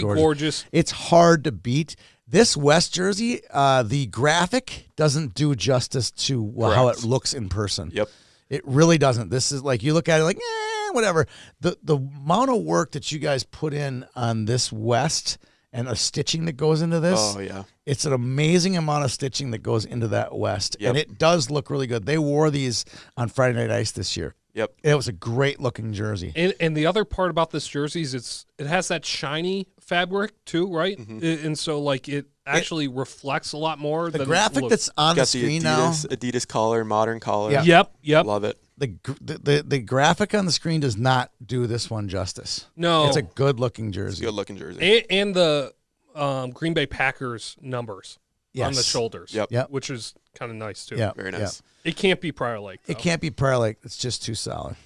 S1: very
S2: gorgeous.
S1: gorgeous.
S2: It's hard to beat. This West jersey, uh, the graphic doesn't do justice to wh- how it
S3: Correct.
S2: looks in person.
S3: Yep.
S2: It really doesn't. This is like you look at it like, eh, whatever. The the amount of work that you guys put in on this West and the stitching that goes into this.
S3: Oh yeah.
S2: it's an amazing amount of stitching that goes into that West,
S3: Yep.
S2: and it does look really good. They wore these on Friday Night Ice this year.
S3: Yep.
S2: It was a great looking jersey.
S1: And, and the other part about this jersey is it's it has that shiny fabric too, right? I- and so like it actually reflects a lot more.
S2: Mm-hmm. The
S1: than it
S2: graphic
S1: looks.
S2: that's on the
S3: Got the
S2: screen now,
S3: Adidas Adidas collar, modern collar.
S2: Yeah.
S1: yep, yep.
S3: Love it.
S2: the, gr- the the the graphic on the screen does not do this one justice.
S1: No,
S2: It's a good looking
S3: Oh. It's a
S2: jersey.
S3: good looking jersey.
S1: and, and the um, Green Bay Packers numbers on the
S2: Yes.
S1: shoulders.
S3: Yep.
S2: Yep.
S1: Which is kind of nice too.
S2: Yeah,
S3: Very
S2: yeah.
S3: nice.
S1: It can't be Prior Lake.
S2: It can't be prior like it's just too solid.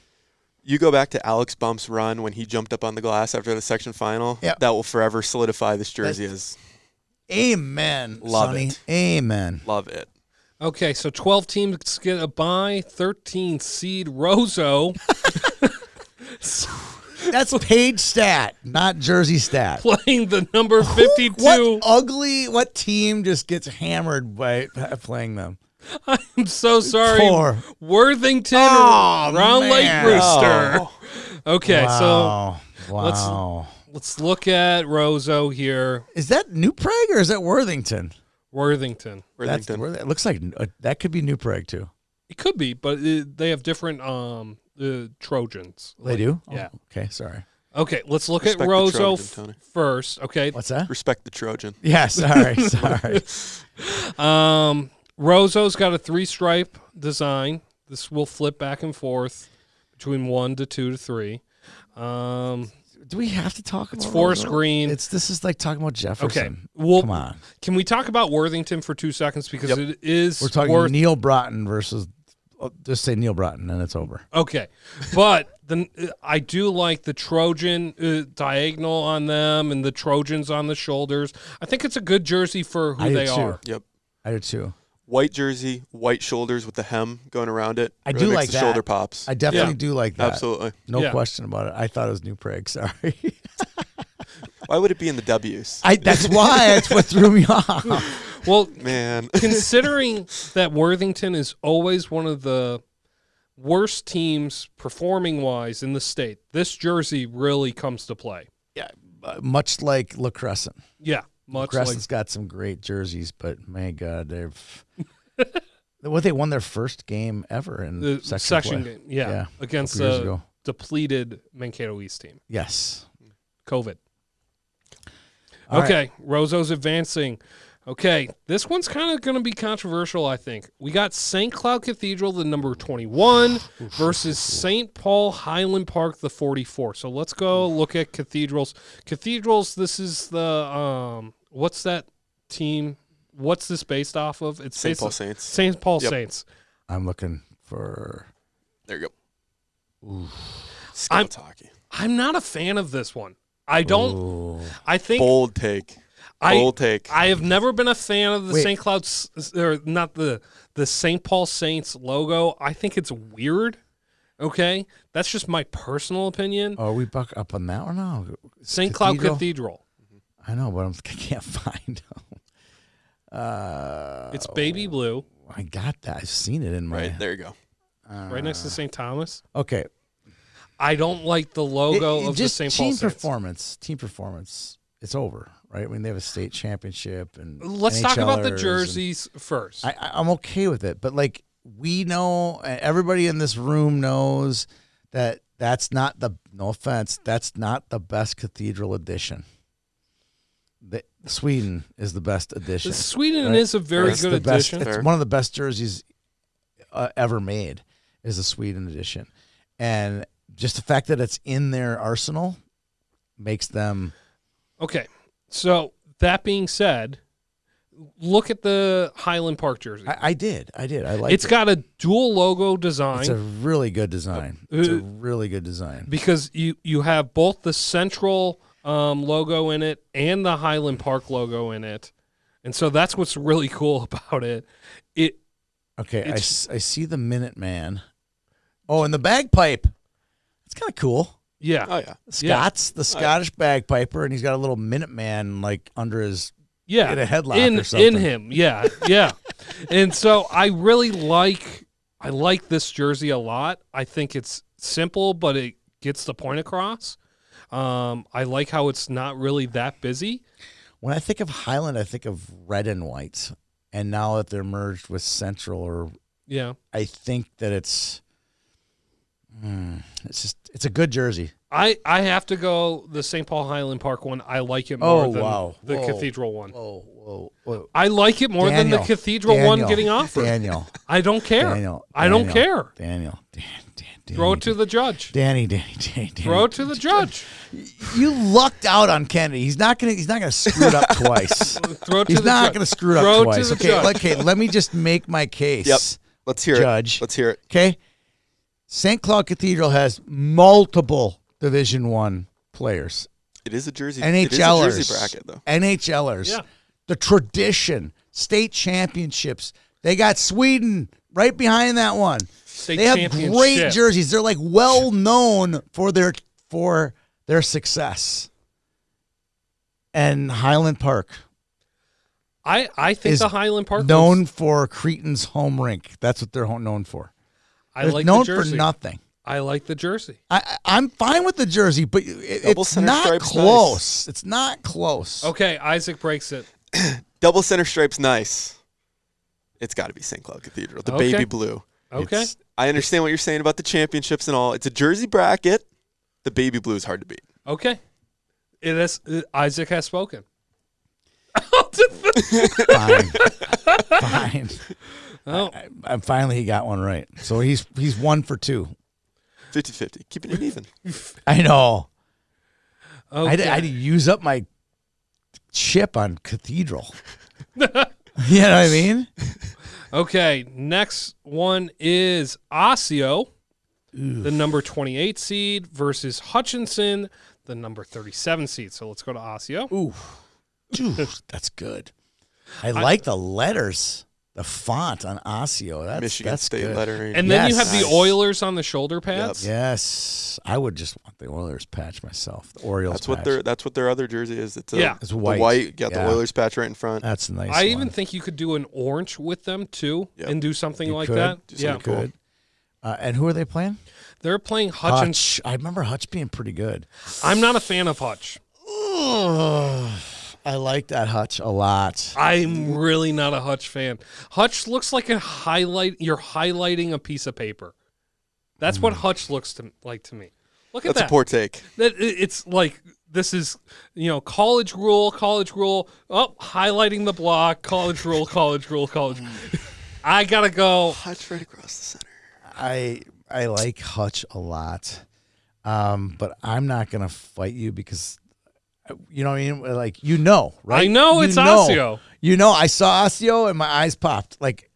S3: You go back to Alex Bump's run when he jumped up on the glass after the section final.
S2: Yep.
S3: That will forever solidify this jersey as
S2: Amen,
S3: Love
S2: Sonny.
S3: it.
S2: Amen.
S3: love it.
S1: Okay, so 12 teams get a bye. 13 seed Rozo
S2: That's page stat, not jersey stat.
S1: playing the number 52.
S2: What ugly? What team just gets hammered by playing them?
S1: I'm so sorry.
S2: Four.
S1: Worthington,
S2: Oh,
S1: Round
S2: man. Oh.
S1: Lake Rooster. Okay,
S2: wow. so
S1: let's-
S2: wow.
S1: so let's look at Rozo here.
S2: Is that New Prague or is that Worthington?
S1: Worthington.
S2: That's
S3: Worthington.
S2: Worth- it looks like uh, that could be New Prague too.
S1: It could be, but uh they have different um uh, Trojans.
S2: They do.
S1: yeah.
S2: Oh, okay. Sorry.
S1: Okay, let's look at
S3: Respect the
S1: Rozo
S3: Trojan,
S1: f-
S3: Tony.
S1: first. Okay,
S2: What's that?
S3: Respect the Trojan.
S2: Yeah. Sorry. sorry.
S1: um, Rozo's got a three-stripe design. This will flip back and forth between one to two to three. Um,
S2: Do we have to talk?
S1: it's
S2: about
S1: forest
S2: Rozo?
S1: green.
S2: It's this is like talking about
S1: okay,
S2: Jefferson.
S1: well,
S2: Come on.
S1: can we talk about Worthington for two seconds because
S3: Yep.
S1: it is
S2: We're talking
S1: worth
S2: Neil Broughton versus. oh, Just say Neil Broughton and it's over.
S1: Okay, but the I do like the Trojan uh, diagonal on them and the Trojans on the shoulders. I think it's a good jersey for who
S2: I do
S1: Oh, they
S2: too.
S1: are.
S3: Yep.
S2: I do too.
S3: White jersey, white shoulders with the hem going around it.
S2: I
S3: Really
S2: do
S3: makes
S2: like
S3: the
S2: that.
S3: shoulder pops.
S2: I definitely
S1: Yeah.
S2: do like that.
S3: Absolutely.
S2: No
S1: Yeah.
S2: question about it. I thought it was New Prague. Sorry.
S3: Why would it be in the W's?
S2: I, that's why. That's what threw me off.
S1: Well,
S3: Man.
S1: considering that Worthington is always one of the worst teams performing wise in the state, this jersey really comes to play.
S2: Uh, much like La Crescent.
S1: Yeah, much
S2: Crescent's got some great jerseys, but my God, they've. what they won their first game ever in
S1: like the
S2: section,
S1: section,
S2: play.
S1: game. Yeah,
S2: Yeah,
S1: against
S2: couple years
S1: the
S2: ago.
S1: depleted Mankato East team.
S2: Yes.
S1: COVID.
S2: All right.
S1: okay, Rozo's advancing. Okay, this one's kind of going to be controversial, I think. We got St. Cloud Cathedral, the number 21, versus St. Paul Highland Park, the 44. So let's go look at Cathedrals. Cathedrals, this is the, um, what's that team? What's this based off of? It's
S3: St.
S1: based
S3: Paul
S1: off-
S3: Saints.
S1: St. Paul
S3: Yep.
S1: Saints.
S2: I'm looking for.
S3: There you go.
S1: I'm-
S3: Scott's hockey.
S1: I'm not a fan of this one. I don't,
S2: Ooh.
S1: I think,
S3: Bold take.
S1: I,
S3: Bold take.
S1: I have never been a fan of the
S2: Wait.
S1: St. Cloud S- or not the the St. Paul Saints logo. I think it's weird. Okay, that's just my personal opinion.
S2: Are oh, we buck up on that or no?
S1: St. Cloud Cathedral.
S2: Cathedral? I know, but I'm, I can't find oh, them. Uh,
S1: It's baby blue,
S2: I got that. I've seen it in my.
S3: right. There you go.
S1: right next to
S2: Ah.
S1: St. Thomas.
S2: Okay.
S1: I don't like the logo
S2: It- it
S1: of
S2: just
S1: the St.
S2: team
S1: Paul Saints.
S2: performance. Team performance. It's over, right? When they have a state championship and
S1: Let's talk about the
S2: NHLers and-
S1: jerseys first.
S2: I, I- I'm okay with it, but like we know, and everybody in this room knows that that's not the no offense, that's not the best cathedral edition. The, Sweden is the best edition.
S1: Sweden
S2: Right.
S1: is a very
S2: It's
S1: good
S2: the best-
S1: addition.
S2: it's one of the best jerseys uh, ever made is the Sweden edition, and just the fact that it's in their arsenal makes them
S1: Okay, so that being said, look at the Highland Park jersey.
S2: I, I did. I did. I like
S1: it's
S2: it.
S1: got a dual logo design.
S2: It's a really good design. It's a
S1: Uh,
S2: really good design.
S1: because you you have both the central um, logo in it and the Highland Park logo in it, and so that's what's really cool about it. It
S2: Okay, I,
S1: It's-
S2: s- I see the Minuteman. Oh, and the bagpipe. It's kind of cool.
S1: yeah
S3: Oh yeah.
S2: Scott's the Scottish bagpiper, and he's got a little Minuteman like under his.
S1: yeah
S2: Get a headlock
S1: in
S2: or something.
S1: in him yeah yeah, and so I really like I like this jersey a lot. I think it's simple, but it gets the point across. Um, I like how it's not really that busy.
S2: When I think of Highland, I think of red and white, and now that they're merged with Central, or
S1: Yeah,
S2: I think that it's. Hmm, it's just it's a good jersey.
S1: I I have to go the St. Paul Highland Park one. I like it more
S2: Oh,
S1: than
S2: wow.
S1: the
S2: Whoa.
S1: cathedral one.
S2: Whoa, whoa, whoa!
S1: I like it more than
S2: Daniel.
S1: the cathedral one
S2: Daniel.
S1: getting offered.
S2: Daniel,
S1: I don't care.
S2: Daniel,
S1: I don't
S2: Daniel.
S1: care.
S2: Daniel, Dan, Dan, Danny,
S1: Throw it to the judge.
S2: Danny, Danny, Danny, Danny.
S1: Throw it to the judge.
S2: You lucked out on Kennedy. He's not gonna. He's not gonna screw it up twice.
S1: Throw it to
S2: He's
S1: the
S2: not
S1: judge.
S2: gonna screw it up
S1: Throw to
S2: twice.
S1: the
S2: okay,
S1: judge.
S2: okay. Let me just make my case.
S3: Yep. Let's hear
S2: Judge.
S3: it. Let's hear it.
S2: Okay. St. Cloud Cathedral has multiple Division One players,
S3: It is a jersey. It is
S2: NHLers,
S3: a jersey bracket though.
S2: NHLers.
S1: Yeah.
S2: The tradition, state championships, They got Sweden right behind that one.
S1: State
S2: they have
S1: championship.
S2: great jerseys. They're like well known for their for their success. And Highland Park,
S1: I, I think
S2: is
S1: the Highland Park
S2: known
S1: was-
S2: for Cretan's home rink. That's what they're ho- known for.
S1: I
S2: They're
S1: like
S2: known
S1: the jersey.
S2: for nothing.
S1: I like the jersey.
S2: I, I- I'm fine with the jersey, but it,
S3: Double
S2: it's
S3: center
S2: not
S3: stripe's
S2: close. It's not close.
S1: Okay, Isaac breaks it.
S3: Double center stripes, nice. It's got to be St. Cloud Cathedral, the
S1: Okay.
S3: baby blue.
S1: Okay.
S3: It's- I understand what you're saying about the championships and all. It's a jersey bracket. The baby blue is hard to beat.
S1: Okay. It is it- Isaac has spoken.
S2: Fine. fine.
S1: Oh,
S2: I, finally, he got one right. So he's he's one for two.
S3: 50 50, keeping it even.
S2: I know. I
S1: okay.
S2: had to use up my chip on Cathedral. you know what I mean?
S1: okay. Next one is Osseo, the number 28 seed, versus Hutchinson, the number 37 seed. So let's go to Osseo.
S2: Ooh. Ooh, that's good. I, like the letters, the font on Osseo. That's,
S3: Michigan
S2: that's
S3: State
S2: good.
S3: lettering.
S1: And then you
S2: Yes.
S1: have the
S3: Nice.
S1: Oilers on the shoulder pads.
S2: Yes, I would just want the Oilers patch myself. The Orioles.
S3: that's what
S2: patch.
S3: their that's what their other jersey is. It's a,
S1: Yeah.
S2: It's
S3: the
S2: white.
S3: white. Got
S2: Yeah.
S3: the Oilers patch right in front.
S2: That's a nice.
S1: I
S2: one.
S1: even think you could do an orange with them too
S3: Yep.
S1: and do something
S2: You
S1: like
S2: could.
S1: that.
S3: Do
S1: Yeah.
S3: something cool.
S2: good. Uh, and who are they playing?
S1: They're playing Hutchinson.
S2: Hutch. I remember Hutch being pretty good.
S1: I'm not a fan of Hutch.
S2: Ugh, I like that Hutch a lot.
S1: I'm really not a Hutch fan. Hutch looks like a highlight. You're highlighting a piece of paper. That's what Hutch looks to, like to me. Look at
S3: Mm. That's a
S1: that.
S3: poor take.
S1: that. i- It's like this is you know college rule, college rule. Oh, highlighting the block. College rule, college rule, college. I gotta go.
S3: Hutch right across the center.
S2: I I like Hutch a lot, um, but I'm not gonna fight you because you know what I mean. Like you know, right?
S1: I know
S2: You
S1: it's Osseo.
S2: You know, I saw Osseo and my eyes popped. Like,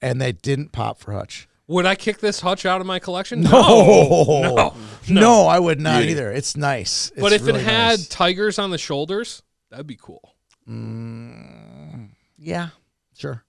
S2: and they didn't pop for Hutch.
S1: Would I kick this Hutch out of my collection?
S2: no,
S1: Oh, no,
S2: No, I would not
S3: Beauty.
S2: either. It's nice.
S1: But
S2: It's
S1: if
S2: really
S1: it had
S2: nice.
S1: tigers on the shoulders, that'd be cool.
S2: yeah, sure,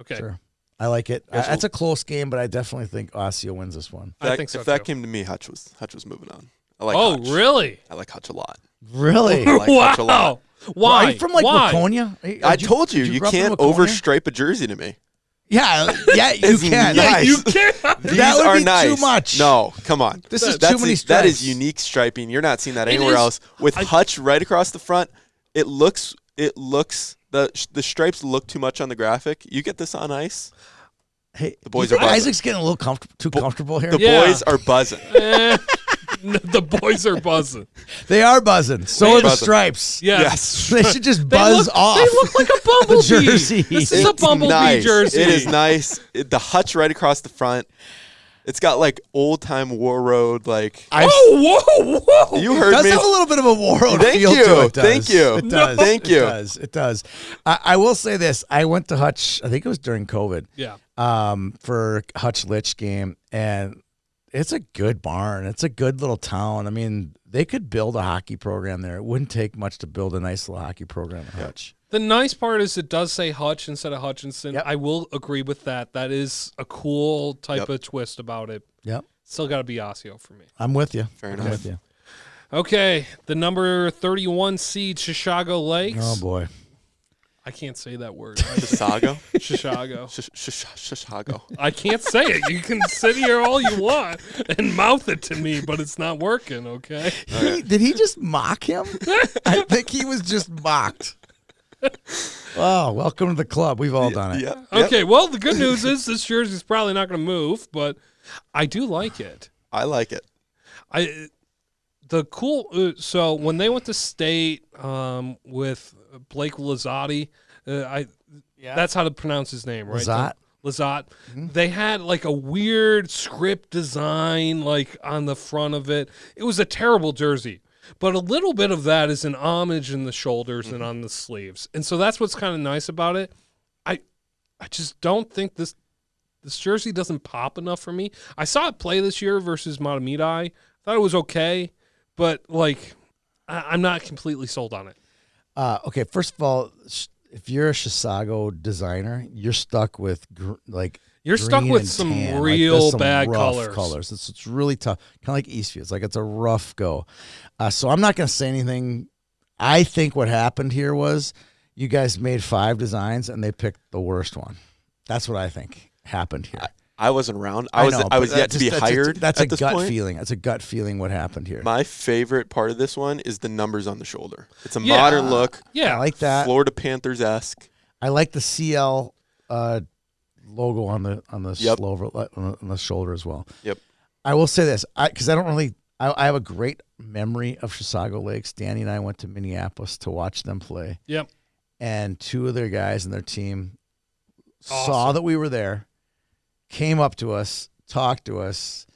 S1: Okay,
S2: sure. I like it.
S3: Guys,
S2: Uh, that's a close game, but I definitely think Osseo wins this one.
S1: I
S3: That-
S1: think so
S3: If that
S1: too.
S3: came to me, Hutch was Hutch was moving on. I like
S1: oh,
S3: Hutch.
S1: really?
S3: I like Hutch a lot.
S2: Really?
S3: I like Hutch a
S1: wow.
S3: lot.
S1: Why?
S2: Are you from like
S1: Why?
S2: Waconia? Are you-
S3: I
S2: did
S3: told you,
S2: did
S3: you,
S2: grow up in
S3: can't
S2: Waconia?
S3: overstripe a jersey to me.
S2: Yeah, yeah, you
S3: It's
S2: can.
S3: nice.
S1: Yeah, you can't.
S3: These
S2: That would
S3: are
S2: be too
S3: nice.
S2: much.
S3: No, come on.
S2: This is
S3: That's
S2: too many
S3: a- That is
S2: stripes.
S3: unique striping. You're not seeing that
S1: It
S3: anywhere
S1: is-
S3: else. With
S1: I-
S3: Hutch right across the front, it looks it looks the the stripes look too much on the graphic. You get this on ice,
S2: Hey,
S3: The boys
S2: you
S3: are
S2: think
S3: buzzing.
S2: Isaac's getting a little comfort- too comfortable here.
S3: the
S1: Yeah.
S3: boys are buzzing.
S1: Eh, the boys are buzzing.
S2: They are buzzing. So are the
S3: buzzing.
S2: stripes.
S1: Yes.
S2: They should just
S1: They
S2: buzz
S1: look,
S2: off.
S1: They look like a bumblebee.
S2: jersey.
S1: This is a
S3: It's
S1: bumblebee
S3: nice.
S1: jersey.
S3: It is nice. It- the Hutch right across the front. It's got like old time War Road. Like
S2: I-
S1: Oh, whoa, whoa.
S3: you
S2: it
S3: heard
S2: does
S3: me.
S2: have a little bit of a war road
S3: Thank
S2: feel
S3: you.
S2: to it. Does.
S3: Thank you.
S2: It does.
S3: No. Thank
S2: It
S3: you.
S2: does. It does. I, I will say this. I went to Hutch. I think it was during COVID.
S1: yeah.
S2: um, for Hutch Lich game, and it's a good barn. It's a good little town. I mean, they could build a hockey program there. It wouldn't take much to build a nice little hockey program at Hutch.
S1: The nice part is it does say Hutch instead of Hutchinson.
S2: Yep.
S1: I will agree with that. That is a cool type
S3: Yep.
S1: of twist about it.
S2: Yep,
S1: Still got to be Osseo for me.
S2: I'm with you.
S3: Fair
S2: I'm
S3: enough.
S2: with you.
S1: Okay, the number 31 seed Chicago Lakes.
S2: Oh boy,
S1: I can't say that word.
S3: Chisago.
S1: Chicago.
S3: Sh- sh- sh- Chisago.
S1: I can't say it. You can sit here all you want and mouth it to me, but it's not working, okay?
S2: he, did he just mock him? I think he was just mocked. Oh, welcome to the club. We've all done it.
S3: Yeah. Yep.
S1: Okay, well, the good news is this jersey's probably not going to move, but I do like it.
S3: I like it.
S1: I the cool uh, so when they went to state um, with Blake Lazzotti, uh, I that's how to pronounce his name, right?
S2: Lizotte.
S1: Lazat.
S2: Mm-hmm.
S1: They had like a weird script design like on the front of it. It was a terrible jersey. But a little bit of that is an homage in the shoulders and
S2: Mm-hmm.
S1: on the sleeves. And so that's what's kind of nice about it. I I just don't think this this jersey doesn't pop enough for me. I saw it play this year versus Matamidai. Thought it was okay, but like I, I'm not completely sold on it.
S2: Uh, okay, first of all, sh- if you're a Chisago designer, you're stuck with gr- like
S1: You're stuck
S2: green
S1: with
S2: and
S1: some
S2: tan. Like, there's
S1: real
S2: some
S1: bad
S2: rough
S1: colors.
S2: It's, it's really tough, kind of like Eastview. It's like it's a rough go. Uh, so I'm not gonna say anything. I think what happened here was you guys made five designs and they picked the worst one. That's what I think happened here.
S3: I wasn't around. I was
S2: know,
S3: I
S2: but
S3: was
S2: that
S3: yet to
S2: just-
S3: be
S2: that's a-
S3: hired.
S2: That's
S3: at
S2: a
S3: this
S2: gut
S3: point.
S2: feeling. That's a gut feeling. What happened here?
S3: My favorite part of this one is the numbers on the shoulder. It's a
S1: Yeah.
S3: modern look,
S1: Yeah.
S2: I like that.
S3: Florida Panthers esque.
S2: I like the CL uh, logo on the on the
S3: Yep.
S2: slover, on the- on the shoulder as well.
S3: Yep.
S2: I will say this, I because I don't really, I, I have a great memory of Chisago Lakes. Danny and I went to Minneapolis to watch them play,
S1: yep.
S2: and two of their guys in their team saw
S1: Awesome.
S2: that we were there, came up to us, talked to us,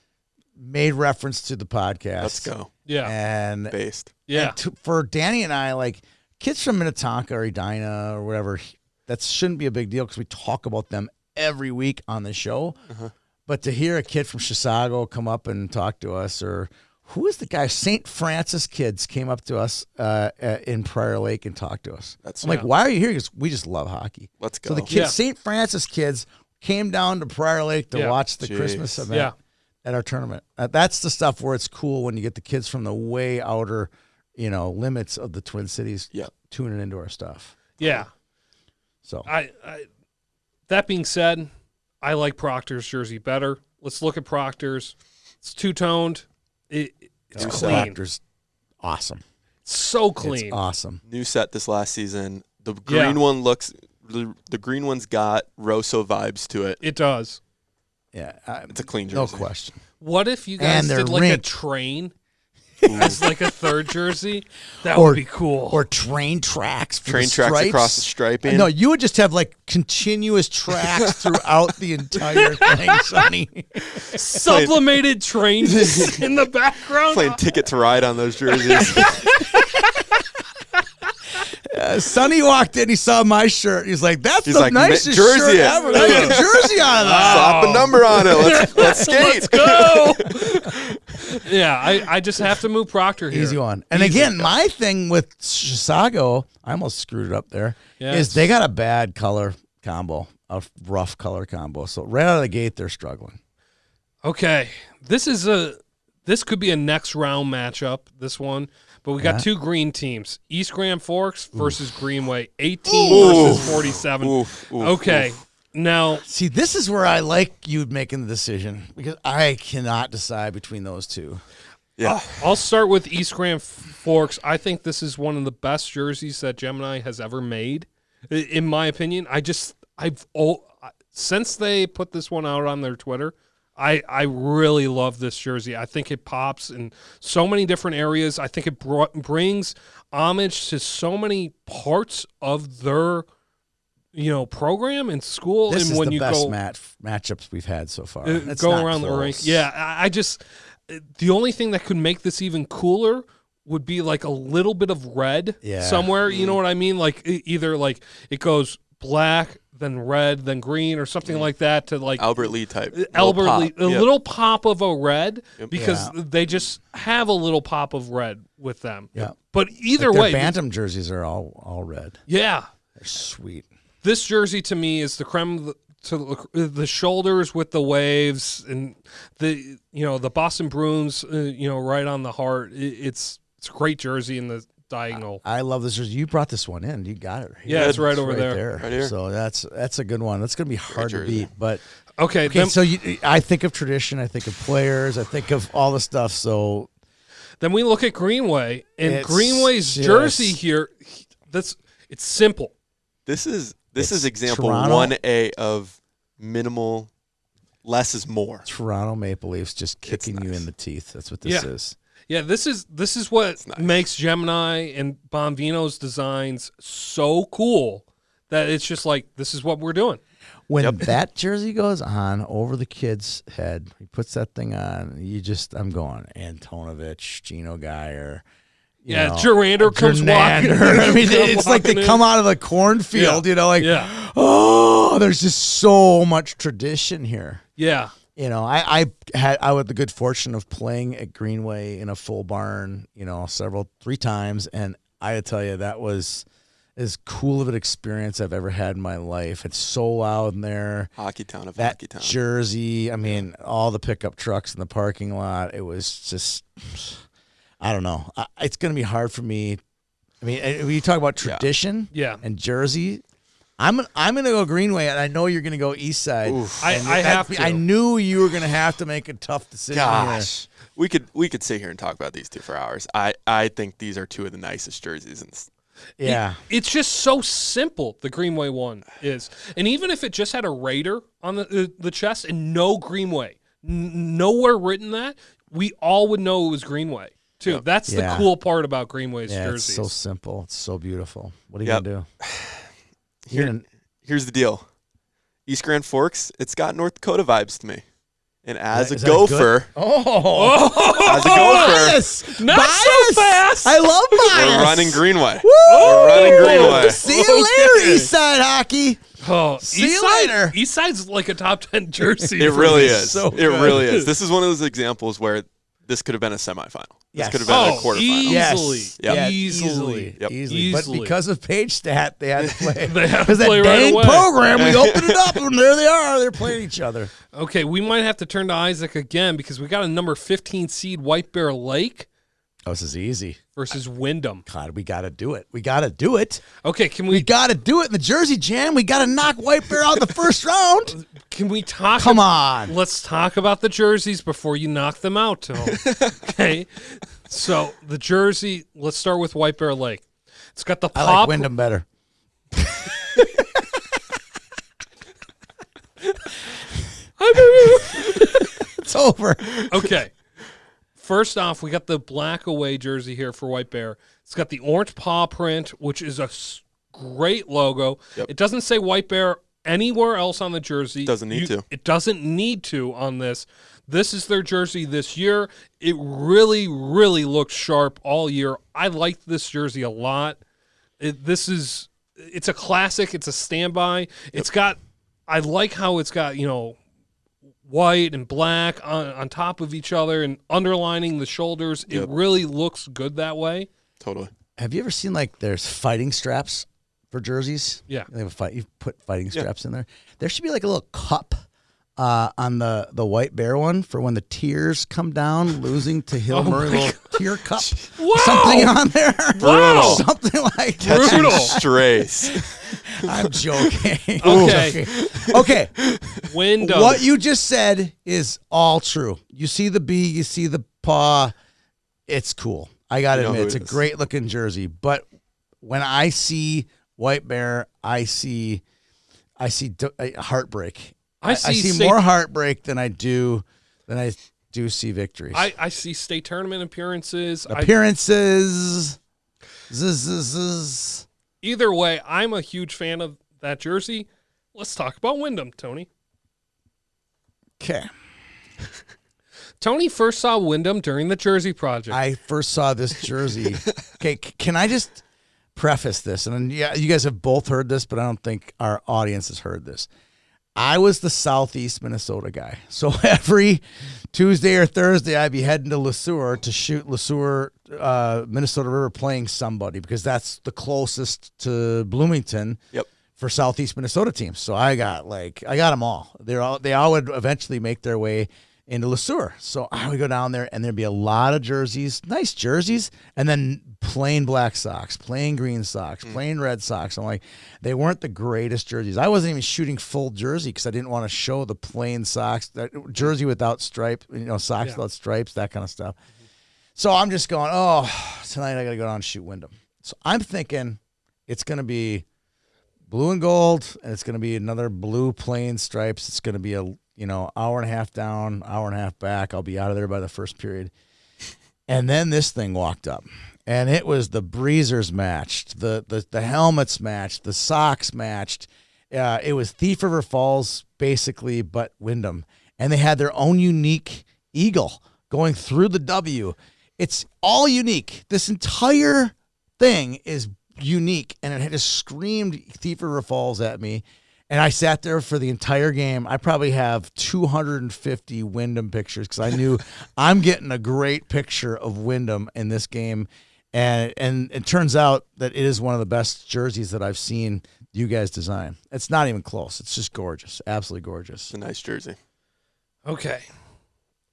S2: made reference to the podcast.
S3: Let's go.
S1: Yeah.
S2: And
S3: Based.
S1: Yeah.
S2: and to, for Danny and I, like kids from Minnetonka or Edina or whatever, that shouldn't be a big deal because we talk about them every week on the show.
S3: Uh-huh.
S2: But to hear a kid from Chisago come up and talk to us, or who is the guy? St. Francis kids came up to us uh, a- in Prior Lake and talked to us.
S3: That's-
S2: I'm like, why are you here? Because we just love hockey.
S3: Let's go.
S2: So the kids,
S1: Yeah.
S2: St. Francis kids, came down to Prior Lake to
S1: Yeah.
S2: watch the
S3: Jeez.
S2: Christmas event
S1: Yeah.
S2: at our tournament. Uh, that's the stuff where it's cool when you get the kids from the way outer, you know, limits of the Twin Cities
S3: Yeah.
S2: tuning into our stuff.
S1: Yeah.
S2: So
S1: I, I that being said, I like Proctor's jersey better. Let's look at Proctor's. It's two toned. It, it's
S2: uh,
S1: clean.
S2: Proctor's awesome.
S1: So
S2: It's
S1: clean.
S2: awesome.
S3: New set this last season. The green
S1: Yeah.
S3: one looks. The, the green one's got Rosso vibes to it.
S1: it does.
S2: Yeah, I,
S3: It's a clean jersey.
S2: no question.
S1: What if you guys
S2: And they're
S1: did like a
S2: rinked.
S1: train
S3: Ooh.
S1: as like a third jersey? That
S2: Or-
S1: would be cool.
S2: Or train tracks, for
S3: Train
S2: the
S3: tracks
S2: stripes. Uh,
S3: across the striping.
S2: No, you would just have like continuous tracks throughout the entire thing, Sonny.
S1: Sublimated trains in the background.
S3: Playing ticket to ride on those jerseys.
S2: Uh, Sonny walked in, he saw my shirt. He's like, "That's
S3: He's
S2: the
S3: like, "Ma-
S2: nicest
S3: jersey
S2: shirt
S3: it."
S2: ever." I got a jersey out of that.
S3: Slap a number on it. Let's, let's skate.
S1: go. yeah, I, I just have to move Proctor here.
S2: Easy one. And again, my thing with Chisago, I almost screwed it up there. Is
S1: Yeah.
S2: they got a bad color combo, a rough color combo. So right out of the gate, they're struggling.
S1: Okay, this is a this could be a next round matchup. This one, but we got two green teams: East Grand Forks versus Greenway, eighteen versus forty-seven.
S3: Oof, oof,
S1: okay,
S3: oof.
S1: now
S2: See, this is where I like you making the decision because I cannot decide between those two.
S3: Yeah.
S1: I'll start with East Grand F- Forks. I think this is one of the best jerseys that Gemini has ever made, I- in my opinion. I just I've all since they put this one out on their Twitter. I, I really love this jersey. I think it pops in so many different areas. I think it brought, brings homage to so many parts of their, you know, program and school.
S2: This
S1: and
S2: is
S1: when
S2: the
S1: you
S2: best
S1: go,
S2: match matchups we've had so far.
S1: uh,
S2: It's
S1: go
S2: not
S1: around the rink.
S2: close.
S1: Yeah, I, I just the only thing that could make this even cooler would be like a little bit of red
S2: Yeah. Mm.
S1: somewhere. You know what I mean? Like e- either like it goes black, then red, then green, or
S2: Mm.
S1: something like that to like
S3: Albert Lee type.
S1: Albert
S3: Little
S1: Lee,
S3: pop.
S1: a
S3: Yep.
S1: little pop of a red
S3: Yep.
S1: because they just have a little pop of red with them.
S2: Yeah.
S1: But either
S2: Their
S1: way,
S2: Bantam jerseys are all all red.
S1: yeah,
S2: They're sweet.
S1: this jersey to me is the creme of the- to the, the shoulders with the waves and the you know the Boston Bruins uh, you know right on the heart. I it's it's a great jersey in the diagonal.
S2: I love this jersey. You brought this one in. You got it. right
S1: Yeah,
S2: here.
S1: it's right over there.
S3: Right here.
S2: So that's that's a good one. That's going to be hard to
S3: jersey.
S2: beat, but
S1: Okay,
S2: Uh, Okay,
S1: then,
S2: so you, I think of tradition, I think of players, I think of all the stuff. So
S1: then we look at Greenway and
S2: It's
S1: Greenway's
S2: just-
S1: jersey here. he- That's it's simple.
S3: This is this
S2: It's
S3: is example
S2: Toronto.
S3: one A of minimal. Less is more.
S2: Toronto Maple Leafs just kicking you
S3: nice.
S2: in the teeth. That's what this
S1: Yeah.
S2: is.
S1: Yeah, this is this is what
S3: nice.
S1: makes Gemini and Bonvino's designs so cool that it's just like this is what we're doing.
S2: When that jersey goes on over the kid's head, he puts that thing on. You just, I'm going Antonovich, Gino Geyer. you
S1: Yeah,
S2: know,
S1: Gerander comes walking-
S2: Gernander. I mean,
S1: comes
S2: it's like they
S1: walking in.
S2: come out of the cornfield.
S1: Yeah.
S2: You know, like
S1: Yeah.
S2: oh, there's just so much tradition here.
S1: Yeah.
S2: you know, I, I had I had the good fortune of playing at Greenway in a full barn, you know, several three times, and I tell you that was as cool of an experience I've ever had in my life. It's so loud in there.
S3: Hockey town of
S2: That
S3: hockey town.
S2: jersey, I mean, all the pickup trucks in the parking lot. It was just, I don't know. I, it's going to be hard for me. I mean, I- when you talk about
S3: Yeah.
S2: tradition
S1: Yeah.
S2: and jersey, I'm I'm going to go Greenway, and I know you're going to go East Side.
S3: Oof.
S1: I,
S2: And
S1: I
S2: that-
S1: have to.
S2: I knew you were going to have to make a tough decision. here.
S3: Gosh, we could we could sit here and talk about these two for hours. I I think these are two of the nicest jerseys. In this.
S2: yeah.
S1: It's just so simple. The Greenway one is, and even if it just had a Raider on the uh, the chest and no Greenway, n- nowhere written that, we all would know it was Greenway too. That's
S2: Yeah.
S1: the cool part about Greenway's
S2: Yeah, it's
S1: jerseys.
S2: so simple. It's so beautiful. What are you
S3: Yep.
S2: gonna do?
S3: Here-
S2: You're gonna-
S3: Here's the deal, East Grand Forks. It's got North Dakota vibes to me. And as
S2: Is that
S3: a
S2: good-
S3: gopher,
S2: oh,
S3: as a gopher,
S2: bias!
S1: Not so
S2: Bias!
S1: fast.
S2: I love bias.
S3: we're running Greenway.
S2: Woo!
S3: We're running Greenway.
S2: See you later, East Side Hockey.
S1: Oh,
S2: See you
S1: Eastside-
S2: later.
S1: Eastside's like a top ten jersey.
S3: It
S1: for
S3: really
S1: me.
S3: is.
S2: so
S3: it
S2: good.
S3: really is. This is one of those examples where this could have been a semifinal. This
S2: Yes.
S3: could have been
S1: Oh,
S3: a quarterfinal.
S1: easily,
S2: Yes.
S3: Yep.
S2: Yeah,
S1: easily.
S2: easily,
S3: Yep.
S2: easily. But
S1: Easily.
S2: because of page stat, they had to play.
S1: They had to
S2: Because that
S1: play right
S2: dang
S1: away.
S2: program, we opened it up, and there they are. They're playing each other.
S1: Okay, we might have to turn to Isaac again because we got a number fifteen seed White Bear Lake
S2: Oh, this is easy.
S1: versus Wyndham.
S2: God, we got to do it. We got to do it.
S1: Okay, can
S2: We
S1: we
S2: got to do it in the Jersey Jam. We got to knock White Bear out the first round.
S1: can we talk?
S2: Come on.
S1: Let's talk about the jerseys before you knock them out, Tom. okay. So the jersey, let's start with White Bear Lake. It's got the
S2: I
S1: pop.
S2: like Wyndham better. It's over.
S1: okay. First off, we got the black away jersey here for White Bear. It's got the orange paw print, which is a s- great logo. It doesn't say White Bear anywhere else on the jersey.
S3: Doesn't need to.
S1: It doesn't need to on this. This is their jersey this year. It really, really looks sharp all year. I like this jersey a lot. It, this is it's a classic. It's a standby. It's got. I like how it's got you know white and black on, on top of each other and underlining the shoulders. It
S3: Yep.
S1: really looks good that way.
S3: Totally.
S2: Have you ever seen like there's fighting straps for jerseys?
S1: Yeah.
S2: They have a fight. You put fighting
S3: Yeah.
S2: straps in there. There should be like a little cup uh, on the the white bear one for when the tears come down, losing to Hill
S1: Oh
S2: Murray. Little tear cup. Something on there.
S1: Wow.
S2: Something like that.
S3: Catching
S1: Brutal.
S3: strays.
S2: I'm joking.
S1: Okay.
S2: okay.
S1: Window.
S2: What you just said is all true. You see the bee, you see the paw. It's cool. I got to
S3: You know
S2: admit,
S3: who
S2: it's
S3: it
S2: a
S3: is.
S2: great looking jersey. But when I see White Bear, I see, I see d- uh, heartbreak.
S1: I see,
S2: I see
S1: state,
S2: more heartbreak than I do than I do see victories.
S1: I, I see state tournament appearances. I,
S2: Appearances. Zzz, zzz, zzz.
S1: either way, I'm a huge fan of that jersey. Let's talk about Wyndham, Tony.
S2: Okay.
S1: Tony first saw Wyndham during the Jersey Project.
S2: I first saw this jersey. okay, c- can I just preface this? And then, yeah, you guys have both heard this, but I don't think our audience has heard this. I was the Southeast Minnesota guy, so every Tuesday or Thursday, I'd be heading to Lesueur to shoot Lesueur, uh, Minnesota River, playing somebody because that's the closest to Bloomington
S3: Yep.
S2: for Southeast Minnesota teams. So I got like I got them all. They're all they all would eventually make their way into LeSueur. So I would go down there and there'd be a lot of jerseys, nice jerseys, and then plain black socks, plain green socks, plain red socks. I'm like, they weren't the greatest jerseys. I wasn't even shooting full jersey because I didn't want to show the plain socks, that jersey without stripe, you know, socks
S1: Yeah.
S2: without stripes, that kind of stuff. So I'm just going, oh, tonight I got to go down and shoot Wyndham. So I'm thinking it's going to be blue and gold, and it's going to be another blue plain stripes. It's going to be a you know hour and a half down, hour and a half back. I'll be out of there by the first period. And then this thing walked up, and it was the breezers matched, the the the helmets matched, the socks matched. Uh, it was Thief River Falls basically, but Wyndham, and they had their own unique eagle going through the W. It's all unique. This entire thing is unique, and it had just screamed Thief River Falls at me. And I sat there for the entire game. I probably have 250 Wyndham pictures because I knew I'm getting a great picture of Wyndham in this game. and and it turns out that it is one of the best jerseys that I've seen you guys design. It's not even close. It's just gorgeous, absolutely gorgeous.
S3: It's a nice jersey.
S1: Okay.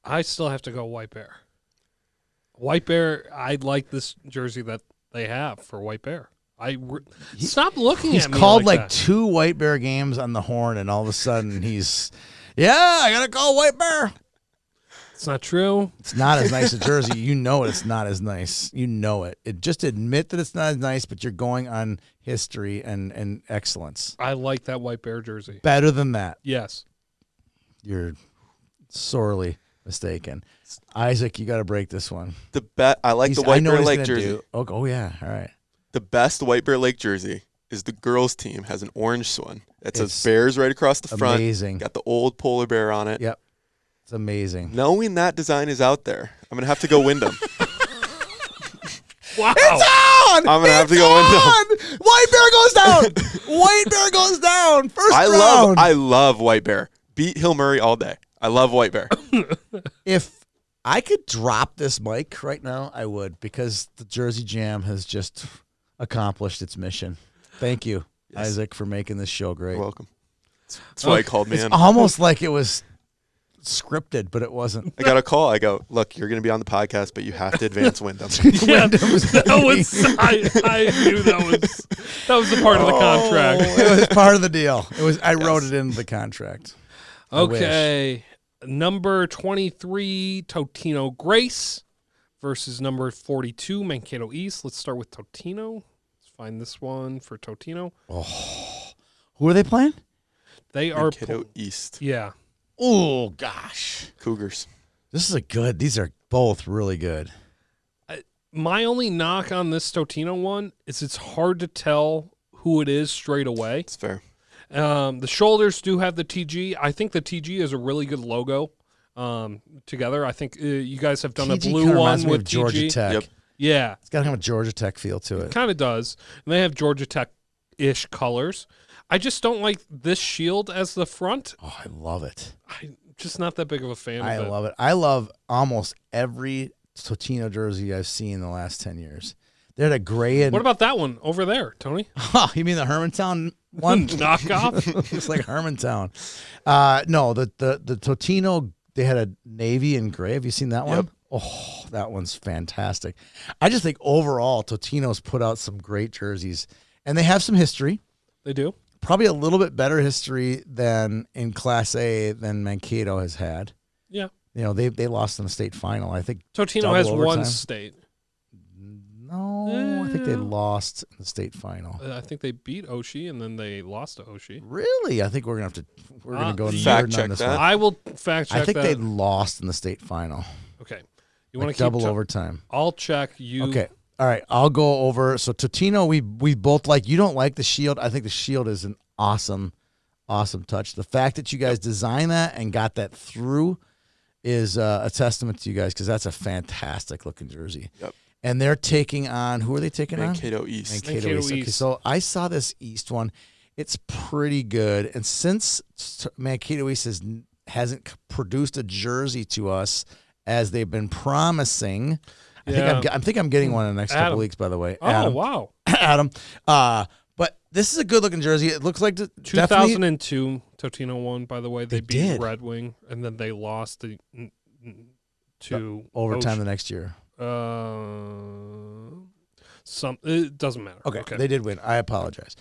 S1: I still have to go White Bear. White Bear, I like this jersey that they have for White Bear. I re- stop looking
S2: He's
S1: at me.
S2: called like,
S1: that.
S2: two white bear games on the horn, and all of a sudden he's, yeah, I gotta call white bear.
S1: it's not true.
S2: It's not as nice a jersey. You know it. It's not as nice. You know it. It just admit that it's not as nice, but you're going on history and and excellence.
S1: I like that White Bear jersey.
S2: Better than that.
S1: Yes.
S2: You're sorely mistaken. Isaac, you got to break this one.
S3: The bet I like
S2: He's-
S3: the White
S2: I know
S3: Bear
S2: what he's
S3: Lake
S2: gonna
S3: jersey.
S2: do. Oh, oh, yeah. All right.
S3: The best White Bear Lake jersey is the girls' team has an orange one that says
S2: It's
S3: Bears right across the front.
S2: Amazing.
S3: Got the old polar bear on it.
S2: Yep. It's amazing.
S3: Knowing that design is out there, I'm gonna have to go Wyndham.
S1: Wow.
S2: On!
S3: I'm gonna have to go Wyndham.
S2: White bear goes down. White bear goes down. First
S3: I love
S2: round.
S3: I love White Bear. Beat Hill Murray all day. I love White Bear.
S2: if I could drop this mic right now, I would because the Jersey Jam has just accomplished its mission. Thank you, Isaac, for making this show great.
S3: You're welcome. That's- That's why I called me
S2: Oh, it's
S3: in.
S2: almost like it was scripted, but it wasn't.
S3: I got a call. I go, look, you're gonna be on the podcast, but you have to advance Wyndham.
S1: Yeah,
S2: Wyndham was-
S1: that was I, I knew that was that was the part of the contract.
S2: It was part of the deal. It was. I wrote it into the contract. Oh, I wish.
S1: Okay. Number 23, Totino Grace versus number 42, Mankato East. Let's start with Totino. Let's find this one for Totino.
S2: Who are they playing?
S1: They are.
S3: Kiddo
S1: pl-
S3: East
S1: yeah.
S2: Oh gosh,
S3: Cougars.
S2: this is a good. These are both really good.
S1: My only knock on this Totino one is it's hard to tell who it is straight away.
S3: It's fair.
S1: Um, the shoulders do have the TG. I think the TG is a really good logo um, together. I think uh, you guys have done a
S2: TG
S1: blue
S2: kinda
S1: one
S2: reminds me
S1: with
S2: of Georgia
S1: TG.
S2: Tech.
S3: Yep.
S1: Yeah.
S2: It's got to have a Georgia Tech feel to it.
S1: Kind of does. And they have Georgia Tech ish colors. I just don't like this shield as the front.
S2: Oh, I love it.
S1: I'm just not that big of a fan
S2: I
S1: of it.
S2: love it. I love almost every Totino jersey I've seen in the last ten years. They had a gray and
S1: What about that one over there, Tony?
S2: oh, you mean the Hermantown one?
S1: Knockoff?
S2: Looks like Hermantown. Uh, no, the the the Totino they had a navy and gray. Have you seen that one? Oh, that one's fantastic. I just think overall Totino's put out some great jerseys, and they have some history.
S1: they do.
S2: Probably a little bit better history than in Class A than Mankato has had.
S1: Yeah.
S2: You know, they they lost in the state final. I think
S1: Totino
S2: Double
S1: has one
S2: overtime.
S1: state.
S2: no, I think they
S1: Yeah.
S2: lost in the state final.
S1: Uh, I think they beat Oshi and then they lost to Oshi.
S2: Really, I think we're gonna have to we're gonna
S1: Uh,
S2: go
S1: Fact
S2: nerd on
S3: check
S2: this
S3: that.
S2: one.
S1: I will fact check
S2: I think
S1: that.
S2: they lost in the state final.
S1: okay. You want to
S2: Like
S1: keep
S2: double
S1: t-
S2: overtime.
S1: I'll check you.
S2: Okay. All right. I'll go over. So Totino, we we both like. You don't like the shield. I think the shield is an awesome, awesome touch. The fact that you guys designed that and got that through is uh, a testament to you guys because that's a fantastic looking jersey.
S3: Yep.
S2: And they're taking on who are they taking on?
S3: Mankato East.
S2: Mankato,
S1: Mankato
S2: East. Okay,
S1: East.
S2: so I saw this East one. It's pretty good. And since s- Mankato East has, hasn't c- produced a jersey to us as they've been promising, I think I'm,
S1: Yeah.
S2: g- I think I'm getting one in the next couple
S1: Adam.
S2: weeks. By the way,
S1: Oh,
S2: Adam,
S1: wow.
S2: Adam. Uh, but this is a good looking jersey. It looks like the, definitely
S1: 2002 Totino won, by the way. They,
S2: They
S1: beat
S2: did.
S1: Red Wing and then they lost the, n- n- to
S2: overtime
S1: Oshi.
S2: the next year.
S1: Uh, some it doesn't matter.
S2: Okay, they did win. I apologize.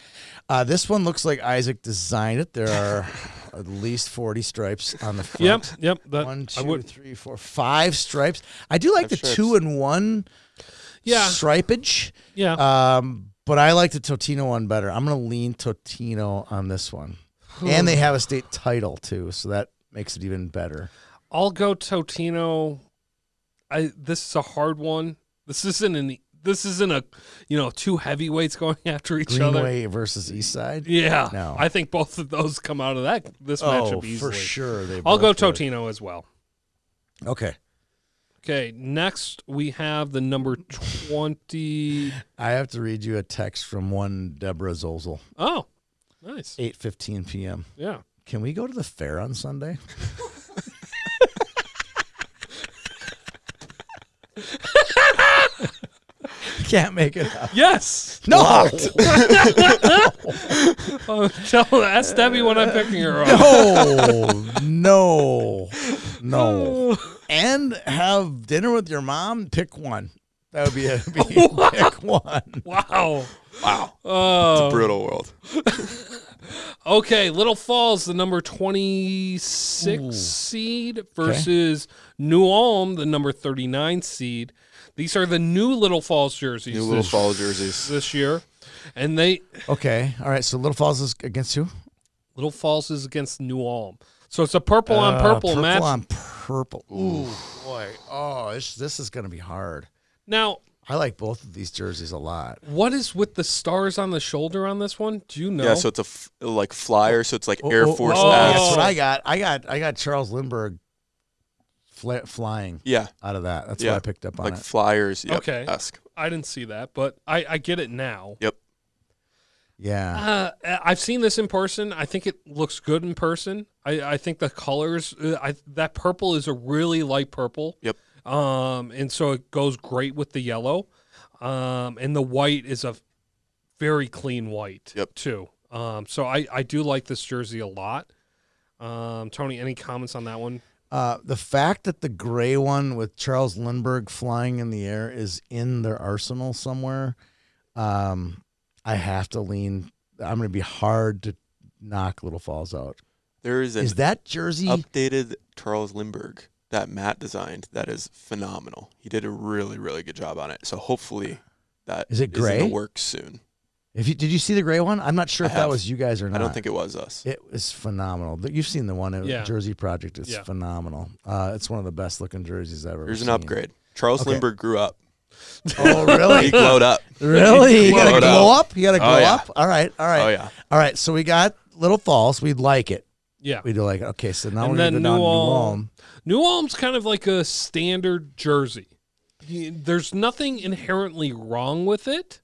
S2: Uh, this one looks like Isaac designed it. There are at least forty stripes on the front.
S1: Yep. Yep. That
S2: One, two,
S1: Uh, I would.
S2: three, four, five stripes. I do like
S3: Five
S2: the
S3: stripes.
S2: two and one
S1: Yeah.
S2: stripage.
S1: Yeah.
S2: Um, but I like the Totino one better. I'm gonna lean Totino on this one. and they have a state title too, so that makes it even better.
S1: I'll go Totino. I this is a hard one. This isn't an. e, This isn't a. You know, two heavyweights going after each other.
S2: Greenway versus East Side.
S1: Yeah.
S2: No.
S1: I think both of those come out of that this
S2: oh,
S1: matchup easily.
S2: for sure. They
S1: I'll go
S2: both would.
S1: Totino as well.
S2: Okay,
S1: Okay. Next we have the number twenty.
S2: I have to read you a text from one Deborah Zozel,
S1: Oh, nice.
S2: eight fifteen p.m.
S1: Yeah.
S2: Can we go to the fair on Sunday? can't make it up.
S1: Yes.
S2: No.
S1: Oh, tell ask Debbie when I'm picking her up.
S2: No. No. No. And have dinner with your mom. Pick one. That would be it. Be- pick one.
S1: Wow.
S3: Wow.
S1: Oh.
S3: Brutal world.
S1: Okay, Little Falls, the number 26 seed versus New Ulm, the number 39 seed. These are the new Little Falls jerseys
S3: New
S1: this,
S3: Little Fall jerseys.
S1: this year. And they
S2: Okay. All right. So Little Falls is against who?
S1: Little Falls is against New Ulm. So it's a purple on purple,
S2: Uh, purple
S1: match.
S2: on purple. Ooh, boy. Oh, this, this is going to be hard.
S1: Now,
S2: I like both of these jerseys a lot.
S1: what is with the stars on the shoulder on this one? Do you know?
S3: Yeah, so it's a f- like flyer, so it's like Air
S2: Oh, oh,
S3: Force
S2: oh,
S1: X.
S2: That's what I got. I got. I got Charles Lindbergh fla- flying
S3: Yeah,
S2: out of that. That's
S3: Yeah.
S2: what I picked up on
S3: like
S2: it.
S3: flyers. Yep,
S1: Okay.
S3: esque.
S1: I didn't see that, but I, I get it now.
S3: Yep.
S2: Yeah.
S1: Uh, I've seen this in person. I think it looks good in person. I, I think the colors, uh, I, that purple is a really light purple.
S3: Yep.
S1: Um, and so it goes great with the yellow. Um, and the white is a very clean white.
S3: Yep.
S1: Too. Um, so I, I do like this jersey a lot. Um, Tony, any comments on that one?
S2: Uh, the fact that the gray one with Charles Lindbergh flying in the air is in their arsenal somewhere, um, I have to lean. I'm going to be hard to knock Little Falls out.
S3: There is an
S2: Is that jersey?
S3: updated Charles Lindbergh that Matt designed that is phenomenal. He did a really, really good job on it. So hopefully that
S2: Is it
S3: in
S2: gray?
S3: the works soon.
S2: If you did you see the gray one? I'm not sure
S3: I
S2: if that
S3: have.
S2: was you guys or not.
S3: I don't think it was us.
S2: It was phenomenal. Th- You've seen the one at
S1: Yeah.
S2: Jersey Project. It's
S1: Yeah.
S2: phenomenal. Uh, it's one of the best looking jerseys I've ever.
S3: Here's an
S2: seen.
S3: upgrade. Charles
S2: Okay.
S3: Lindbergh grew up.
S2: Oh,
S3: He
S2: really?
S3: glowed up.
S2: really? You got to
S3: Glowed
S2: glow
S3: up.
S2: up. You got to
S3: Oh,
S2: glow
S3: yeah.
S2: up. All right. All right.
S3: Oh yeah.
S2: All right. So we got Little Falls. We'd like it.
S1: Yeah.
S2: We'd like it. Okay. So now
S1: And
S2: we're going to
S1: then
S2: go down
S1: New
S2: to New
S1: Ulm.
S2: Ulm.
S1: New Ulm's kind of like a standard jersey. You- There's nothing inherently wrong with it.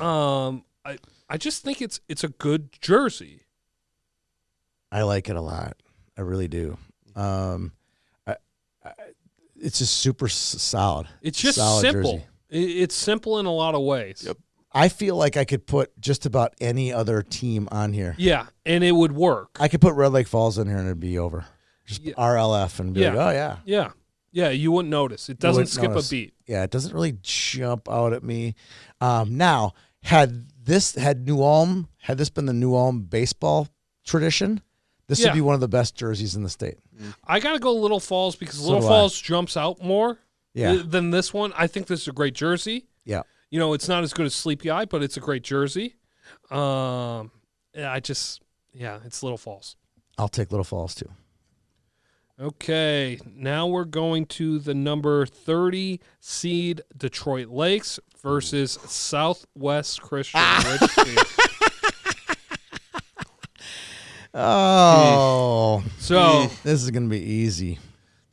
S1: Um, I I just think it's it's a good jersey.
S2: I like it a lot. I really do. Um, I, I, it's just super s- solid.
S1: It's just
S2: Solid
S1: simple.
S2: jersey.
S1: It, it's simple in a lot of ways.
S3: Yep.
S2: I feel like I could put just about any other team on here.
S1: Yeah, and it would work.
S2: I could put Red Lake Falls in here and it'd be over. Just
S1: Yeah.
S2: RLF and be
S1: Yeah.
S2: like, oh yeah.
S1: yeah, yeah. You wouldn't notice. It doesn't
S2: wouldn't
S1: skip
S2: notice.
S1: a beat.
S2: Yeah, it doesn't really jump out at me. Um, now, had this had New Ulm, had this been the New Ulm baseball tradition, this
S1: Yeah.
S2: would be one of the best jerseys in the state.
S1: I gotta go Little Falls because Little
S2: do I.
S1: Falls jumps out more
S2: Yeah.
S1: th- than this one. I think this is a great jersey.
S2: Yeah.
S1: you know, it's not as good as Sleepy Eye, but it's a great jersey. Um, yeah, I just, yeah, it's Little Falls.
S2: I'll take Little Falls too.
S1: Okay, now we're going to the number 30 seed Detroit Lakes versus Southwest Christian Richfield.
S2: Oh,
S1: So,
S2: this is gonna be easy.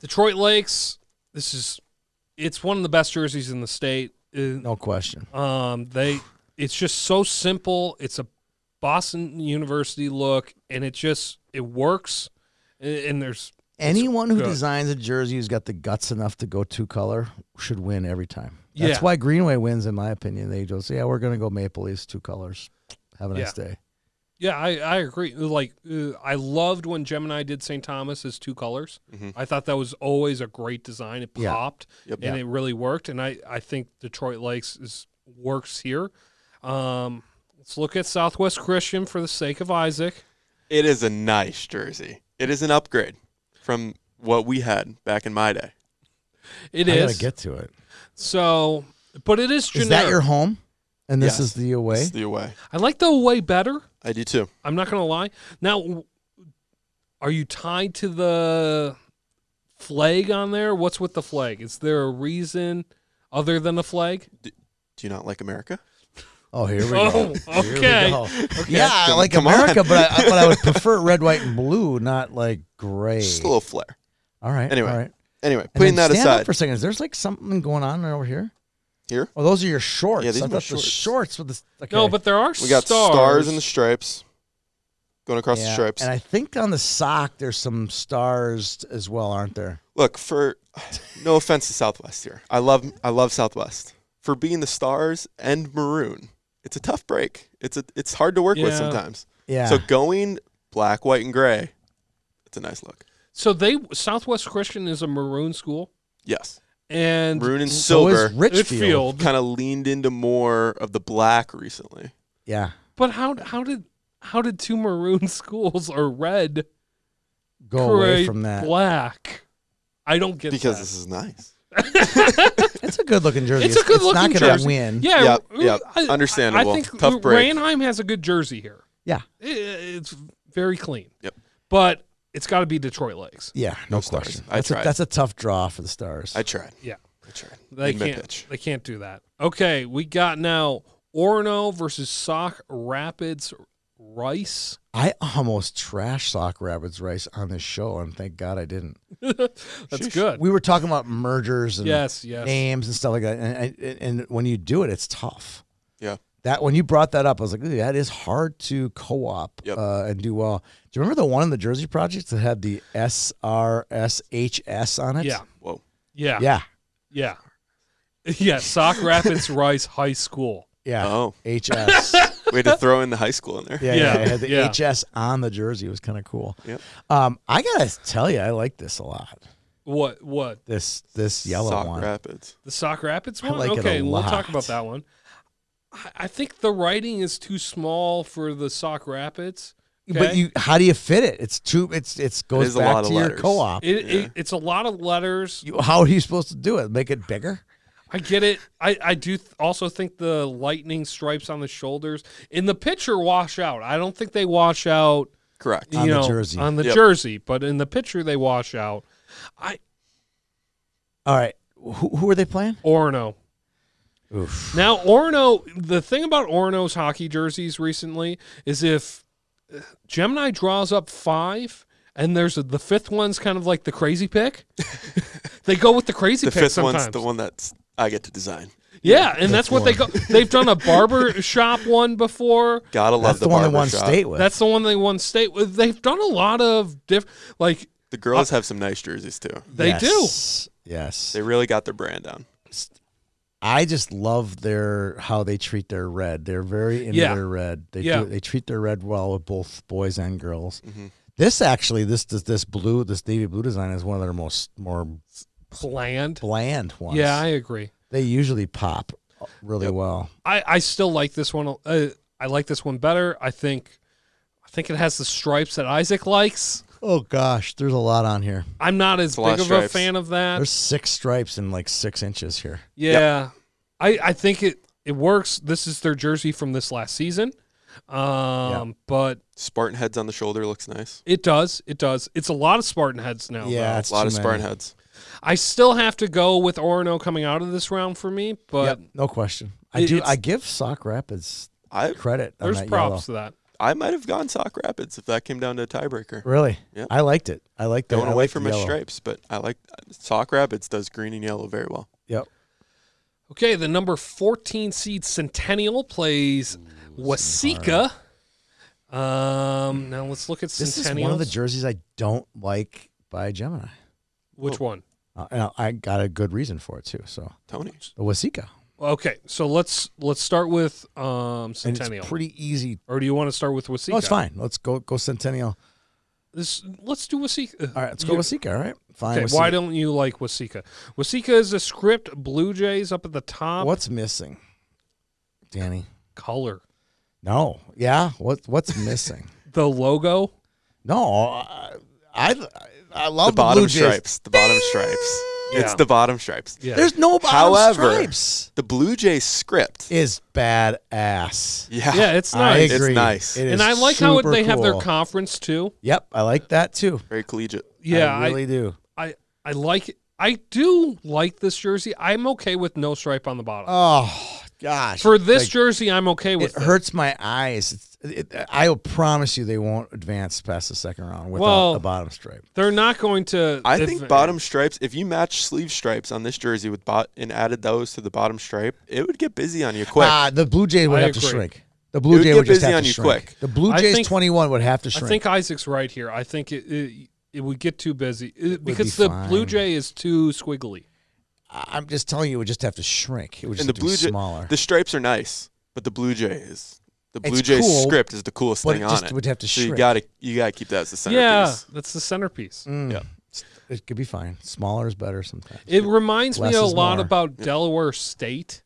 S1: Detroit Lakes, this is, it's one of the best jerseys in the state. Uh,
S2: No question.
S1: Um, they it's just so simple. It's a Boston University look, and it just it works. A- And there's
S2: Anyone who
S1: good.
S2: designs a jersey who's got the guts enough to go two color should win every time. That's
S1: Yeah.
S2: why Greenway wins, in my opinion. They just yeah, we're gonna go Maple Leafs two colors. Have a nice day.
S1: yeah, I I agree. Like uh, I loved when Gemini did St. Thomas as two colors.
S3: Mhm.
S1: I thought that was always a great design. It
S2: Mm-hmm. Yeah.
S1: popped
S3: Yep.
S1: and it really worked. And I I think Detroit Lakes is works here. Um, let's look at Southwest Christian for the sake of Isaac.
S3: It is a nice jersey. It is an upgrade from what we had back in my day.
S1: It
S2: I
S1: is
S2: gotta get to it.
S1: so, but it is generic.
S2: Is that your home? And this
S3: Yeah.
S2: is the away?
S3: It's the away.
S1: I like the way better.
S3: I do too.
S1: I'm not gonna lie. Now, w- are you tied to the flag on there? What's with the flag? Is there a reason other than the flag?
S3: Do you not like America?
S2: Oh, here we
S1: Oh,
S2: go. Here we
S1: okay.
S2: go. Yeah, I
S3: Come-
S2: like
S3: come on.
S2: America, but I, but I would prefer red, white, and blue, not like gray.
S3: Just a little flair.
S2: All right.
S3: Anyway,
S2: all right.
S3: Anyway,
S2: And
S3: putting
S2: then
S3: that
S2: stand
S3: aside,
S2: up for a second. Is there's like something going on over here?
S3: Here?
S2: Oh, those are your shorts.
S3: Yeah, these
S2: I
S3: are my
S2: thought the
S3: shorts.
S2: shorts with the. Okay.
S1: No, but there are
S3: we got
S1: stars.
S3: stars. and the stripes going across the
S2: Yeah,
S3: stripes.
S2: And I think on the sock there's some stars as well, aren't there?
S3: Look, for no offense to Southwest here, I love I love Southwest. for being the stars and maroon. It's a tough break. It's a it's hard to work with
S1: Yeah.
S3: sometimes.
S2: Yeah.
S3: So going black, white, and gray, it's a nice look.
S1: So they Southwest Christian is a maroon school,
S3: Yes,
S1: and
S3: maroon and
S2: so is
S3: silver
S2: Richfield.
S1: Richfield.
S3: kind of leaned into more of the black recently.
S2: Yeah.
S1: But how how did how did two maroon schools or red
S2: Go away
S1: create
S2: from that.
S1: black? I don't get
S3: because
S1: that.
S3: this is nice.
S2: It's a good looking jersey.
S1: It's a good looking
S2: not going to
S1: jersey.
S2: win.
S1: Yeah,
S3: Yep,
S1: Ru-
S3: yep.
S1: I-
S3: Understandable.
S1: I think
S3: Tough
S1: Ru-
S3: break.
S1: Ranheim has a good jersey here.
S2: Yeah.
S1: I- It's very clean.
S3: Yep.
S1: But it's got to be Detroit Lakes.
S2: Yeah, no
S3: stars.
S2: question.
S3: I
S2: that's, a,
S3: tried.
S2: that's a tough draw for the Stars.
S3: I tried.
S1: Yeah.
S3: I tried.
S1: They
S3: Mid-mid
S1: can't.
S3: pitch.
S1: They can't do that. Okay, we got now Orono versus Sock Rapids Rice.
S2: I almost trashed Sock Rapids Rice on this show, and thank God I didn't.
S1: That's good.
S2: We were talking about mergers and
S1: yes, yes.
S2: names and stuff like that, and, and and when you do it, it's tough.
S3: Yeah.
S2: That when you brought that up, I was like, "Ooh, that is hard to co-op
S3: Yep.
S2: uh, and do well." Do you remember the one in the Jersey Project that had the S R S H S on it?
S1: Yeah,
S3: Whoa.
S1: yeah, yeah,
S2: yeah,
S1: yeah. Yeah, Sock Rapids Rice High School.
S2: yeah.
S3: Oh,
S2: H S.
S3: way to throw in the high school in there.
S2: Yeah,
S1: Yeah,
S2: yeah. It had the
S1: yeah.
S2: HS on the jersey. It was kind of cool.
S3: Yep.
S2: Um, I gotta tell you, I like this a lot.
S1: What? What?
S2: This this yellow
S3: Sauk
S2: one.
S3: Rapids.
S1: The Sock Rapids
S2: I
S1: one?
S2: like it a
S1: okay, we'll talk
S2: lot.
S1: about that one. I, I think the writing is too small for the Sock Rapids.
S2: But
S1: okay?
S2: you, how do you fit it? It's two. It's it's goes
S3: is a
S2: back
S3: lot of
S2: to your
S3: letters.
S2: co-op.
S1: It,
S3: Yeah.
S1: it, it's a lot of letters.
S2: You- how are you supposed to do it? Make it bigger?
S1: I get it. I, I do th- also think the lightning stripes on the shoulders in the picture wash out. I don't think they wash out
S3: Correct.
S1: you
S2: On the
S1: know,
S2: jersey.
S1: on the
S3: Yep.
S1: jersey, but in the picture they wash out. I
S2: All right. Who, who are they playing?
S1: Orno.
S2: Oof.
S1: Now Orno, the thing about Orno's hockey jerseys recently is if uh, Gemini draws up 5 and there's a, the fifth one's kind of like the crazy pick. they go with the crazy
S3: The
S1: pick
S3: fifth
S1: sometimes.
S3: one's the one that's I get to design.
S1: yeah, and that's what they go
S2: one.
S1: they've done a barber shop one before.
S3: Gotta love
S2: That's the,
S3: the
S2: one that
S3: barber
S2: won
S3: shop.
S2: state with.
S1: That's the one they won state with. They've done a lot of diff like
S3: The girls
S1: Uh,
S3: have some nice jerseys too.
S1: they do.
S2: do. Yes.
S3: They really got their brand down.
S2: I just love their how they treat their red. They're very into
S1: Yeah.
S2: their red. They
S1: Yeah.
S2: do, they treat their red well with both boys and girls.
S3: Mm-hmm.
S2: This actually, this, this this blue, this navy blue design is one of their most more
S1: planned.
S2: bland ones.
S1: Yeah, I agree.
S2: they usually pop really well.
S1: I I still like this one. Uh, I like this one better. I think I think it has the stripes that Isaac likes.
S2: Oh gosh, there's a lot on here.
S1: I'm not as
S3: a lot
S1: big
S3: of
S1: of a
S3: stripes.
S1: fan of that.
S2: There's six stripes and like six inches here.
S1: yeah. I I think it it works. This is their jersey from this last season. Um but
S3: Spartan heads on the shoulder looks nice.
S1: it does. It does. It's a lot of Spartan heads now.
S2: Yeah,
S1: though.
S2: That's
S3: Oh, a lot
S2: too
S3: of Spartan
S2: many.
S3: heads.
S1: I still have to go with Orono coming out of this round for me, but
S2: Yep, no question. I
S1: It-
S2: do.
S1: it's-
S2: I give Sock Rapids
S3: I
S2: credit. on
S1: there's
S2: that
S1: props
S2: yellow.
S1: to that.
S3: I might have gone Sock Rapids if that came down to a tiebreaker.
S2: Really,
S3: Yep.
S2: I liked it. I liked that.
S3: Going
S2: I
S3: away
S2: liked
S3: from
S2: the
S3: its
S2: yellow.
S3: stripes, but I like Sock Rapids does green and yellow very well.
S2: Yep.
S1: Okay, the number 14 seed Centennial plays Wasika. Um, now let's look at
S2: This is
S1: Centennial.
S2: one of the jerseys I don't like by Gemini.
S1: Which one?
S2: Uh, and I- I got a good reason for it too. So
S3: Tony.
S2: the Wasika.
S1: Okay, so let's let's start with um,
S2: And it's
S1: Centennial.
S2: pretty easy.
S1: or do you want to start with Wasika?
S2: No, Oh, it's fine. Let's go go Centennial.
S1: This, let's do Wasika.
S2: All right, let's go
S1: You-
S2: Wasika. All right, fine.
S1: Okay,
S2: Wasika.
S1: why don't you like Wasika? Wasika is a script. Blue Jays up at the top.
S2: What's missing, Danny?
S1: color?
S2: No. Yeah. What What's missing?
S1: The logo.
S2: no. I I, I love
S3: The
S2: the,
S3: bottom
S2: Blue Jays.
S3: stripes. The bottom stripes. It's
S1: Yeah.
S3: the bottom stripes.
S1: Yeah.
S2: There's no bottom
S3: However-
S2: stripes.
S3: The Blue Jay script.
S2: Is badass.
S3: Yeah.
S1: yeah, it's
S2: Ah, I
S1: nice.
S3: It's
S2: agree.
S3: nice.
S2: It
S1: and
S2: is
S1: I like how
S2: super
S1: they have their
S2: cool.
S1: conference too.
S2: Yep, I like that too.
S3: Very collegiate.
S1: Yeah,
S2: I
S1: I-
S2: really do.
S1: I I like it. I do like this jersey. I'm okay with no stripe on the bottom.
S2: Oh gosh,
S1: For this
S2: Like,
S1: jersey, I'm okay
S2: it
S1: with it.
S2: hurts my eyes. It's, it, I will promise you, they won't advance past the second round without
S1: Well-
S2: the bottom stripe.
S1: They're not going to.
S3: I
S1: if-
S3: think bottom stripes. If you match sleeve stripes on this jersey with bot and added those to the bottom stripe, it would get busy on you quick.
S2: Ah, the Blue Jay would
S1: I
S2: have to
S1: agree.
S2: shrink. The Blue
S3: would
S2: Jay
S3: get
S2: would just
S3: busy
S2: have
S3: on
S2: to
S3: you
S2: shrink.
S3: quick.
S2: The Blue
S1: I
S2: Jays
S1: think-
S2: twenty one would have to
S1: I
S2: shrink.
S1: think Isaac's right here. I think it it, it would get too busy It- because
S2: be
S1: the Blue
S2: fine.
S1: Jay is too squiggly.
S2: I- I'm just telling you, it would just have to shrink. It would just
S3: and
S2: have
S3: the
S2: to be
S3: blue jay,
S2: smaller.
S3: the stripes are nice, but the blue jay is the blue
S2: It's
S3: jay
S2: cool,
S3: script is the coolest
S2: but
S3: thing
S2: it
S3: on
S2: just
S3: it.
S2: would have to
S3: so
S2: shrink.
S3: you gotta you gotta keep that as the centerpiece.
S1: Yeah, that's the centerpiece.
S2: Mm.
S3: Yeah.
S2: It could be fine. Smaller is better sometimes.
S1: It reminds
S2: Less
S1: me a
S2: is
S1: lot
S2: more.
S1: about Delaware State.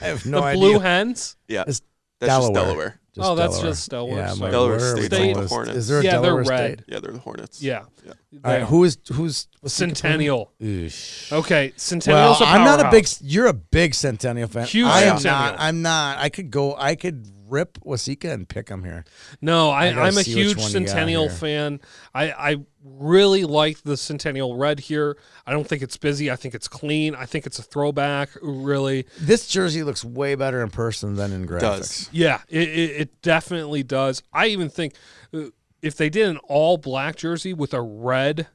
S2: I have no
S1: the
S2: idea.
S1: Blue Hens.
S3: Yeah,
S2: It's
S3: that's just
S2: Delaware.
S3: Delaware.
S2: Just
S1: Oh, that's just Delaware,
S2: Yeah,
S1: sorry.
S2: my
S3: Delaware
S2: word,
S3: State's
S2: it's
S1: on the
S2: almost-
S3: hornet.
S2: Is there a
S1: Yeah, they're
S2: Delaware
S1: red.
S2: State?
S3: Yeah, they're the Hornets.
S1: Yeah.
S3: Yeah.
S2: All right, who is who's what's the
S1: Centennial.
S2: complaint? Oosh.
S1: Okay, Centennial's
S2: Well,
S1: a
S2: I'm not a big.
S1: powerhouse.
S2: You're a big Centennial fan.
S1: Huge
S2: I am
S1: Centennial.
S2: not. I'm not. I could go. I could rip Wasika and pick him here.
S1: No, I,
S2: I gotta
S1: I'm a
S2: see which
S1: huge
S2: one you got
S1: Centennial
S2: here.
S1: fan. I, I really like the Centennial red here. I don't think it's busy. I think it's clean. I think it's a throwback, really.
S2: This jersey looks way better in person than in graphics.
S3: Does.
S1: Yeah, it, it, it definitely does. I even think uh, if they did an all black jersey with a red,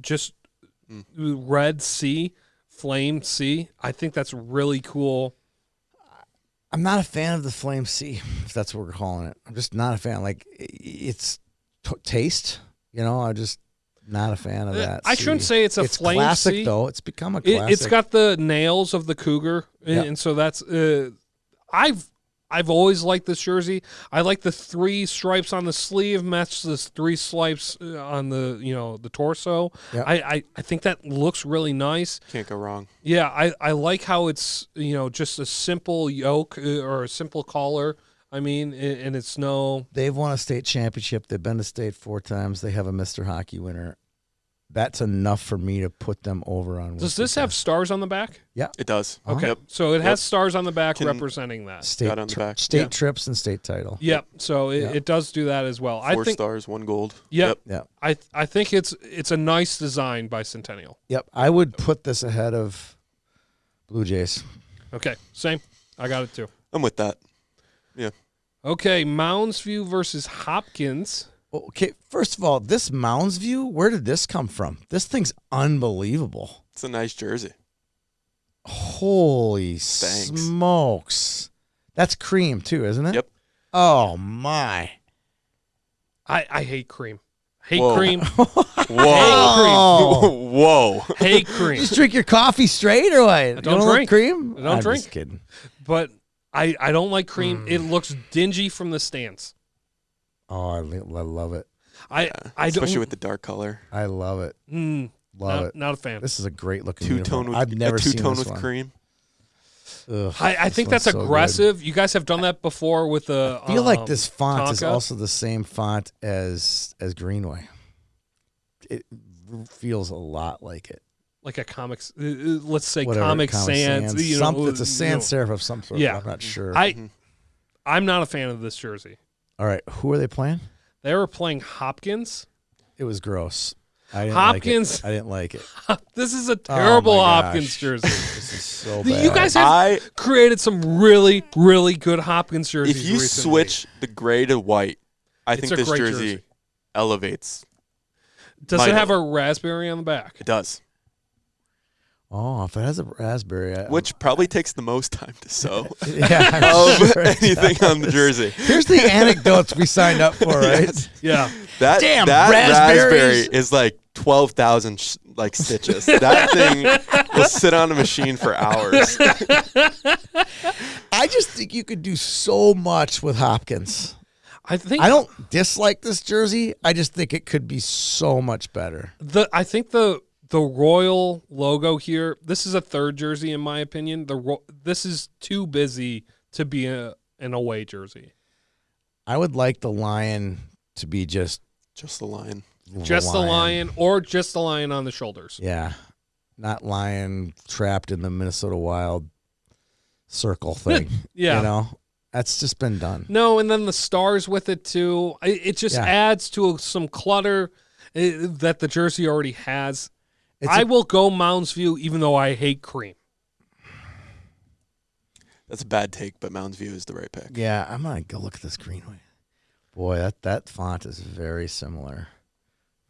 S1: just
S3: Mm.
S1: red C, flame C, I think that's really cool.
S2: I'm not a fan of the Flame C, if that's what we're calling it. I'm just not a fan. Like i- it's t- taste, you know. I'm just not a fan of
S1: Uh,
S2: that.
S1: I shouldn't
S2: C.
S1: say it's a
S2: it's
S1: flame
S2: classic
S1: C.
S2: though. It's become a
S1: It,
S2: classic.
S1: it's got the nails of the cougar, and,
S2: Yeah.
S1: and so that's. Uh, I've I've always liked this jersey. I like the three stripes on the sleeve match the three stripes uh, on the you know the torso.
S2: Yeah.
S1: I, I I think that looks really nice.
S3: Can't go wrong.
S1: Yeah, I, I like how it's you know just a simple yoke uh, or a simple collar. I mean, a- and it's no
S2: They've won a state championship. They've been to state four times. They have a Mr. Hockey winner. That's enough for me to put them over on.
S1: Does this have stars on the back?
S3: It does.
S2: Huh?
S1: Okay,
S3: Yep.
S1: so it
S3: Yep.
S1: has stars on the back
S3: Can-
S1: representing that.
S2: state
S3: Got on the
S2: tri-
S3: back.
S2: state
S1: Yeah.
S2: trips and state title?
S1: Yep. So it,
S2: Yeah.
S1: it does do that as well. I
S3: Four
S1: think.
S3: stars, one gold.
S1: Yep.
S2: Yep.
S1: I I think it's it's a nice design by Centennial.
S2: Yep. I would put this ahead of Blue Jays.
S1: Okay, same. I got it too.
S3: I'm with that.
S1: Okay, Moundsview versus Hopkins.
S2: Okay, first of all, this Mounds view, where did this come from? This thing's unbelievable.
S3: It's a nice jersey.
S2: Holy
S3: Thanks.
S2: smokes. That's cream too, isn't it?
S3: Yep.
S2: Oh my.
S1: I I hate cream. Hate
S3: Whoa.
S1: cream.
S3: Whoa.
S2: Oh.
S3: Whoa.
S1: Hate
S2: you
S1: cream.
S2: just drink your coffee straight or what? I
S1: don't drink.
S2: cream?
S1: I don't
S2: I'm
S1: drink.
S2: Just kidding.
S1: But I I don't like
S3: Hmm.
S1: cream. It looks dingy from the stands.
S2: Oh, I, li- I love it.
S1: I I don't.
S3: Especially with the dark color.
S2: I love it.
S1: Mm,
S2: Love
S1: not,
S2: it.
S1: not a fan.
S2: This is a great looking
S3: Two tone
S2: uniform.
S3: with
S2: I've never
S3: a
S2: seen
S3: two tone
S2: this
S3: with
S2: one.
S3: cream.
S2: Ugh,
S1: I, I
S2: this
S1: think that's
S2: one's so good.
S1: aggressive. you guys have done that before with the. um,
S2: I feel like this font is
S1: Tonka?
S2: also the same font as as Greenway. It feels a lot like it.
S1: like a comics. uh, uh, Let's say
S2: Whatever,
S1: comic,
S2: Comic
S1: sans. you know,
S2: something. It's
S1: you
S2: a sans
S1: know.
S2: serif of some sort.
S1: Yeah.
S2: I'm not sure.
S3: Mm-hmm.
S1: I I'm not a fan of this jersey.
S2: All right, who are they playing?
S1: They were playing Hopkins.
S2: It was gross. I didn't
S1: Hopkins.
S2: Like it. I didn't like it.
S1: This is a
S2: Oh
S1: terrible
S2: my gosh.
S1: Hopkins jersey.
S2: This is so bad.
S1: you guys have
S3: I
S1: created some really, really good Hopkins jerseys.
S3: if you
S1: recently.
S3: switch the gray to white, I think
S1: a
S3: this
S1: great
S3: jersey,
S1: jersey.
S3: elevates.
S1: does it
S3: Milo.
S1: have a raspberry on the back?
S3: It does.
S2: Oh, if it has a raspberry, I,
S3: Which probably takes the most time to sew
S2: yeah, I'm
S1: Oh,
S3: of
S2: sure it
S3: anything on the
S2: does.
S3: jersey.
S2: Here's the anecdotes we signed up for, right?
S1: Yeah,
S3: That
S2: Damn,
S3: that
S2: raspberries.
S3: raspberry is like twelve thousand sh- like stitches. that thing will sit on a machine for hours.
S2: I just think you could do so much with Hopkins.
S1: I think
S2: I don't dislike this jersey. I just think it could be so much better.
S1: the I think the the royal logo here. This is a third jersey in my opinion. The ro- this is too busy to be a, an away jersey.
S2: I would like the lion to be just
S3: Just the lion.
S1: Just the lion or just the lion on the shoulders.
S2: Yeah, not lion trapped in the Minnesota wild circle thing.
S1: Yeah.
S2: you know that's just been done.
S1: No, and then the stars with it too. It, it just
S2: Yeah.
S1: adds to some clutter uh, that the jersey already has.
S2: It's
S1: I
S2: a-
S1: will go Mounds View, even though I hate cream.
S3: That's a bad take, but Mounds View is the right pick.
S2: yeah, I'm gonna go look at this Greenway. Boy, that that font is very similar.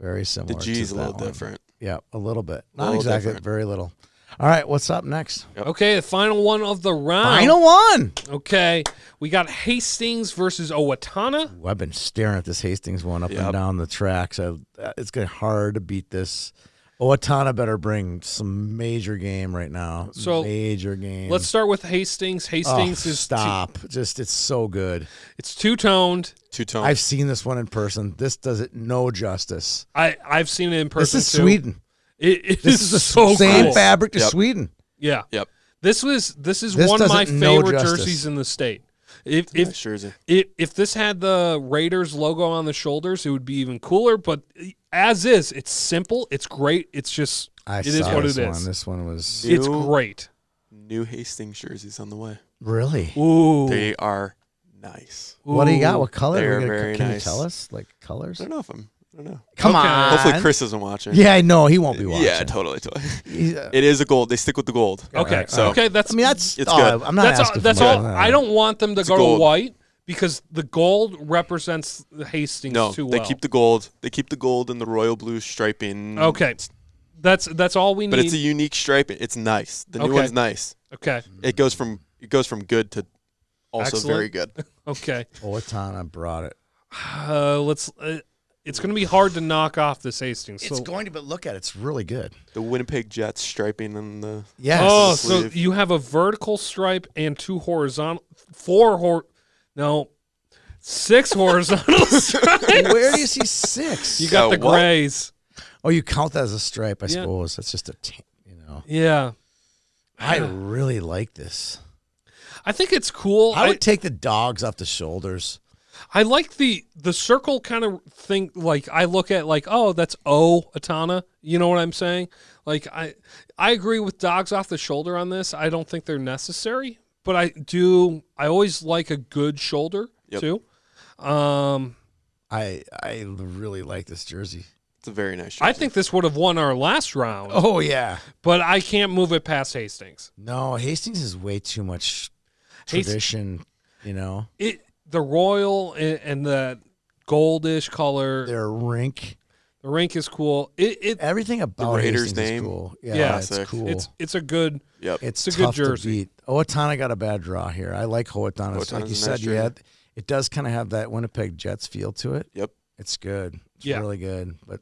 S2: Very similar.
S3: The G's
S2: to
S3: a little
S2: that one.
S3: different.
S2: Yeah, a little bit. Not
S3: little
S2: exactly.
S3: different.
S2: Very little. All right, what's up next?
S3: Yep.
S1: Okay, the final one of the round.
S2: Final one.
S1: Okay, we got Hastings versus Owatonna.
S2: Ooh, I've been staring at this Hastings one up and
S3: Yep.
S2: down the tracks. I, uh, it's going to hard to beat this. Owatonna better bring some major game right now.
S1: So,
S2: major game.
S1: Let's start with Hastings.
S2: Oh,
S1: Hastings is t-
S2: stop. Just it's so good.
S1: it's two toned.
S3: Two tone.
S2: I've seen this one in person. This does it no justice.
S1: I I've seen it in person.
S2: this is
S1: too.
S2: Sweden.
S1: It, it
S2: This
S1: is
S2: is the
S1: so
S2: same
S1: cool.
S2: fabric to
S3: Yep.
S2: Sweden.
S1: Yeah.
S3: Yep.
S1: This was this is
S2: This
S1: one of my
S2: doesn't know
S1: favorite
S2: justice.
S1: jerseys in the state. If if
S3: Nice jersey.
S1: It, if this had the Raiders logo on the shoulders, it would be even cooler. But as is, it's simple. It's great. It's just
S2: I
S1: It
S2: saw
S1: is what
S2: this
S1: it
S2: one.
S1: is.
S2: This one was
S1: it's
S3: New-
S1: great.
S3: New Hastings jerseys on the way.
S2: really.
S1: Ooh,
S3: They are nice.
S2: What do you got? What color?
S3: They
S2: We're
S3: are
S2: gonna-
S3: very
S2: can
S3: nice.
S2: you tell us like colors?
S3: I don't know if I'm. I don't know.
S2: Come
S1: Okay.
S2: on.
S3: Hopefully Chris isn't watching.
S2: Yeah, I know he won't be watching.
S3: Yeah, totally, totally.
S2: He's, uh,
S3: It is a gold. They stick with the gold.
S1: okay.
S2: Alright,
S3: so-
S1: okay, that's
S2: I mean, that's
S3: It's
S2: all-
S3: good.
S2: I'm not
S1: that's all,
S2: asking for
S1: that's
S2: much.
S1: all. I don't want them to go
S3: gold.
S1: to white because the gold represents the Hastings
S3: No,
S1: too
S3: they
S1: well.
S3: keep the gold. They keep the gold and the royal blue striping.
S1: okay, that's that's all we
S3: but
S1: need.
S3: it's a unique stripe. It's nice. The new
S1: Okay.
S3: one's nice.
S1: okay,
S3: It goes from it goes from good to also
S1: Excellent.
S3: very good.
S1: okay.
S2: Oh, Owatonna brought it.
S1: Uh, let's. Uh, it's going to be hard to knock off this Hastings. So,
S2: it's going to, but look at it. It's really good.
S3: The Winnipeg Jets striping and the
S2: Yes.
S1: oh,
S3: Yes.
S1: so
S3: Sleeve.
S1: you have a vertical stripe and two horizontal, four hor, no, six horizontal stripes.
S2: Where do you see six?
S1: You got
S3: Uh,
S1: the
S3: what?
S1: grays.
S2: oh, you count that as a stripe, I
S1: Yeah.
S2: suppose. That's just a, t- you know.
S1: Yeah,
S2: I really like this.
S1: I think it's cool.
S2: I
S1: I
S2: would take the dogs off the shoulders.
S1: I like the the circle kind of thing. Like I look at like oh that's O Atana. You know what I'm saying? Like I I agree with dogs off the shoulder on this. I don't think they're necessary, but I do. I always like a good shoulder
S3: Yep.
S1: too. Um,
S2: I I really like this jersey.
S3: it's a very nice jersey.
S1: I think this would have won our last round.
S2: Oh yeah.
S1: but I can't move it past Hastings.
S2: No, Hastings is way too much
S1: Hast-
S2: tradition. you know,
S1: It the royal and, and the goldish color.
S2: their rink,
S1: The rink is cool. It, it
S2: everything about
S3: Raiders
S2: Hastings
S3: name.
S2: is cool. Yeah,
S1: Yeah.
S2: it's
S3: Classic.
S2: cool.
S1: it's
S2: It's,
S1: it's a good.
S3: Yep.
S1: it's a good
S2: tough
S1: jersey.
S2: to beat. Owatonna got a bad draw here. I like Owatonna. It's like you
S3: Owatonna's a nice
S2: said, you
S3: jersey.
S2: had it does kind of have that Winnipeg Jets feel to it.
S3: Yep.
S2: It's good. It's
S1: Yeah.
S2: really good. But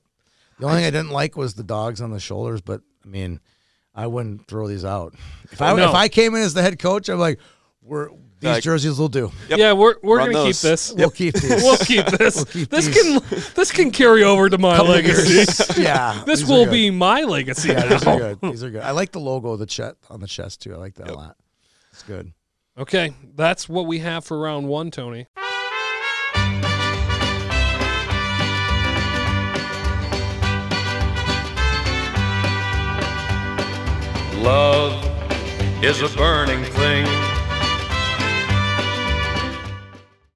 S2: the only thing I didn't like was the dogs on the shoulders. But I mean, I wouldn't throw these out. If I
S1: Oh, No.
S2: if I came in as the head coach, I'm like, we're these
S3: Like-
S2: jerseys will do.
S3: Yep.
S1: Yeah, we're we're
S3: Run
S1: gonna
S3: those.
S1: keep this.
S2: We'll keep these.
S1: We'll keep this.
S2: keep
S1: this
S2: these.
S1: can this can carry over to my
S2: Couple of
S1: legacy.
S2: years. yeah.
S1: This
S2: these are
S1: will
S2: good.
S1: be my legacy
S2: Yeah, these
S1: now.
S2: are good. These are good. I like the logo of the chest on the chest too. I like that a lot. It's good.
S1: Okay, that's what we have for round one, Tony.
S5: Love is a burning thing.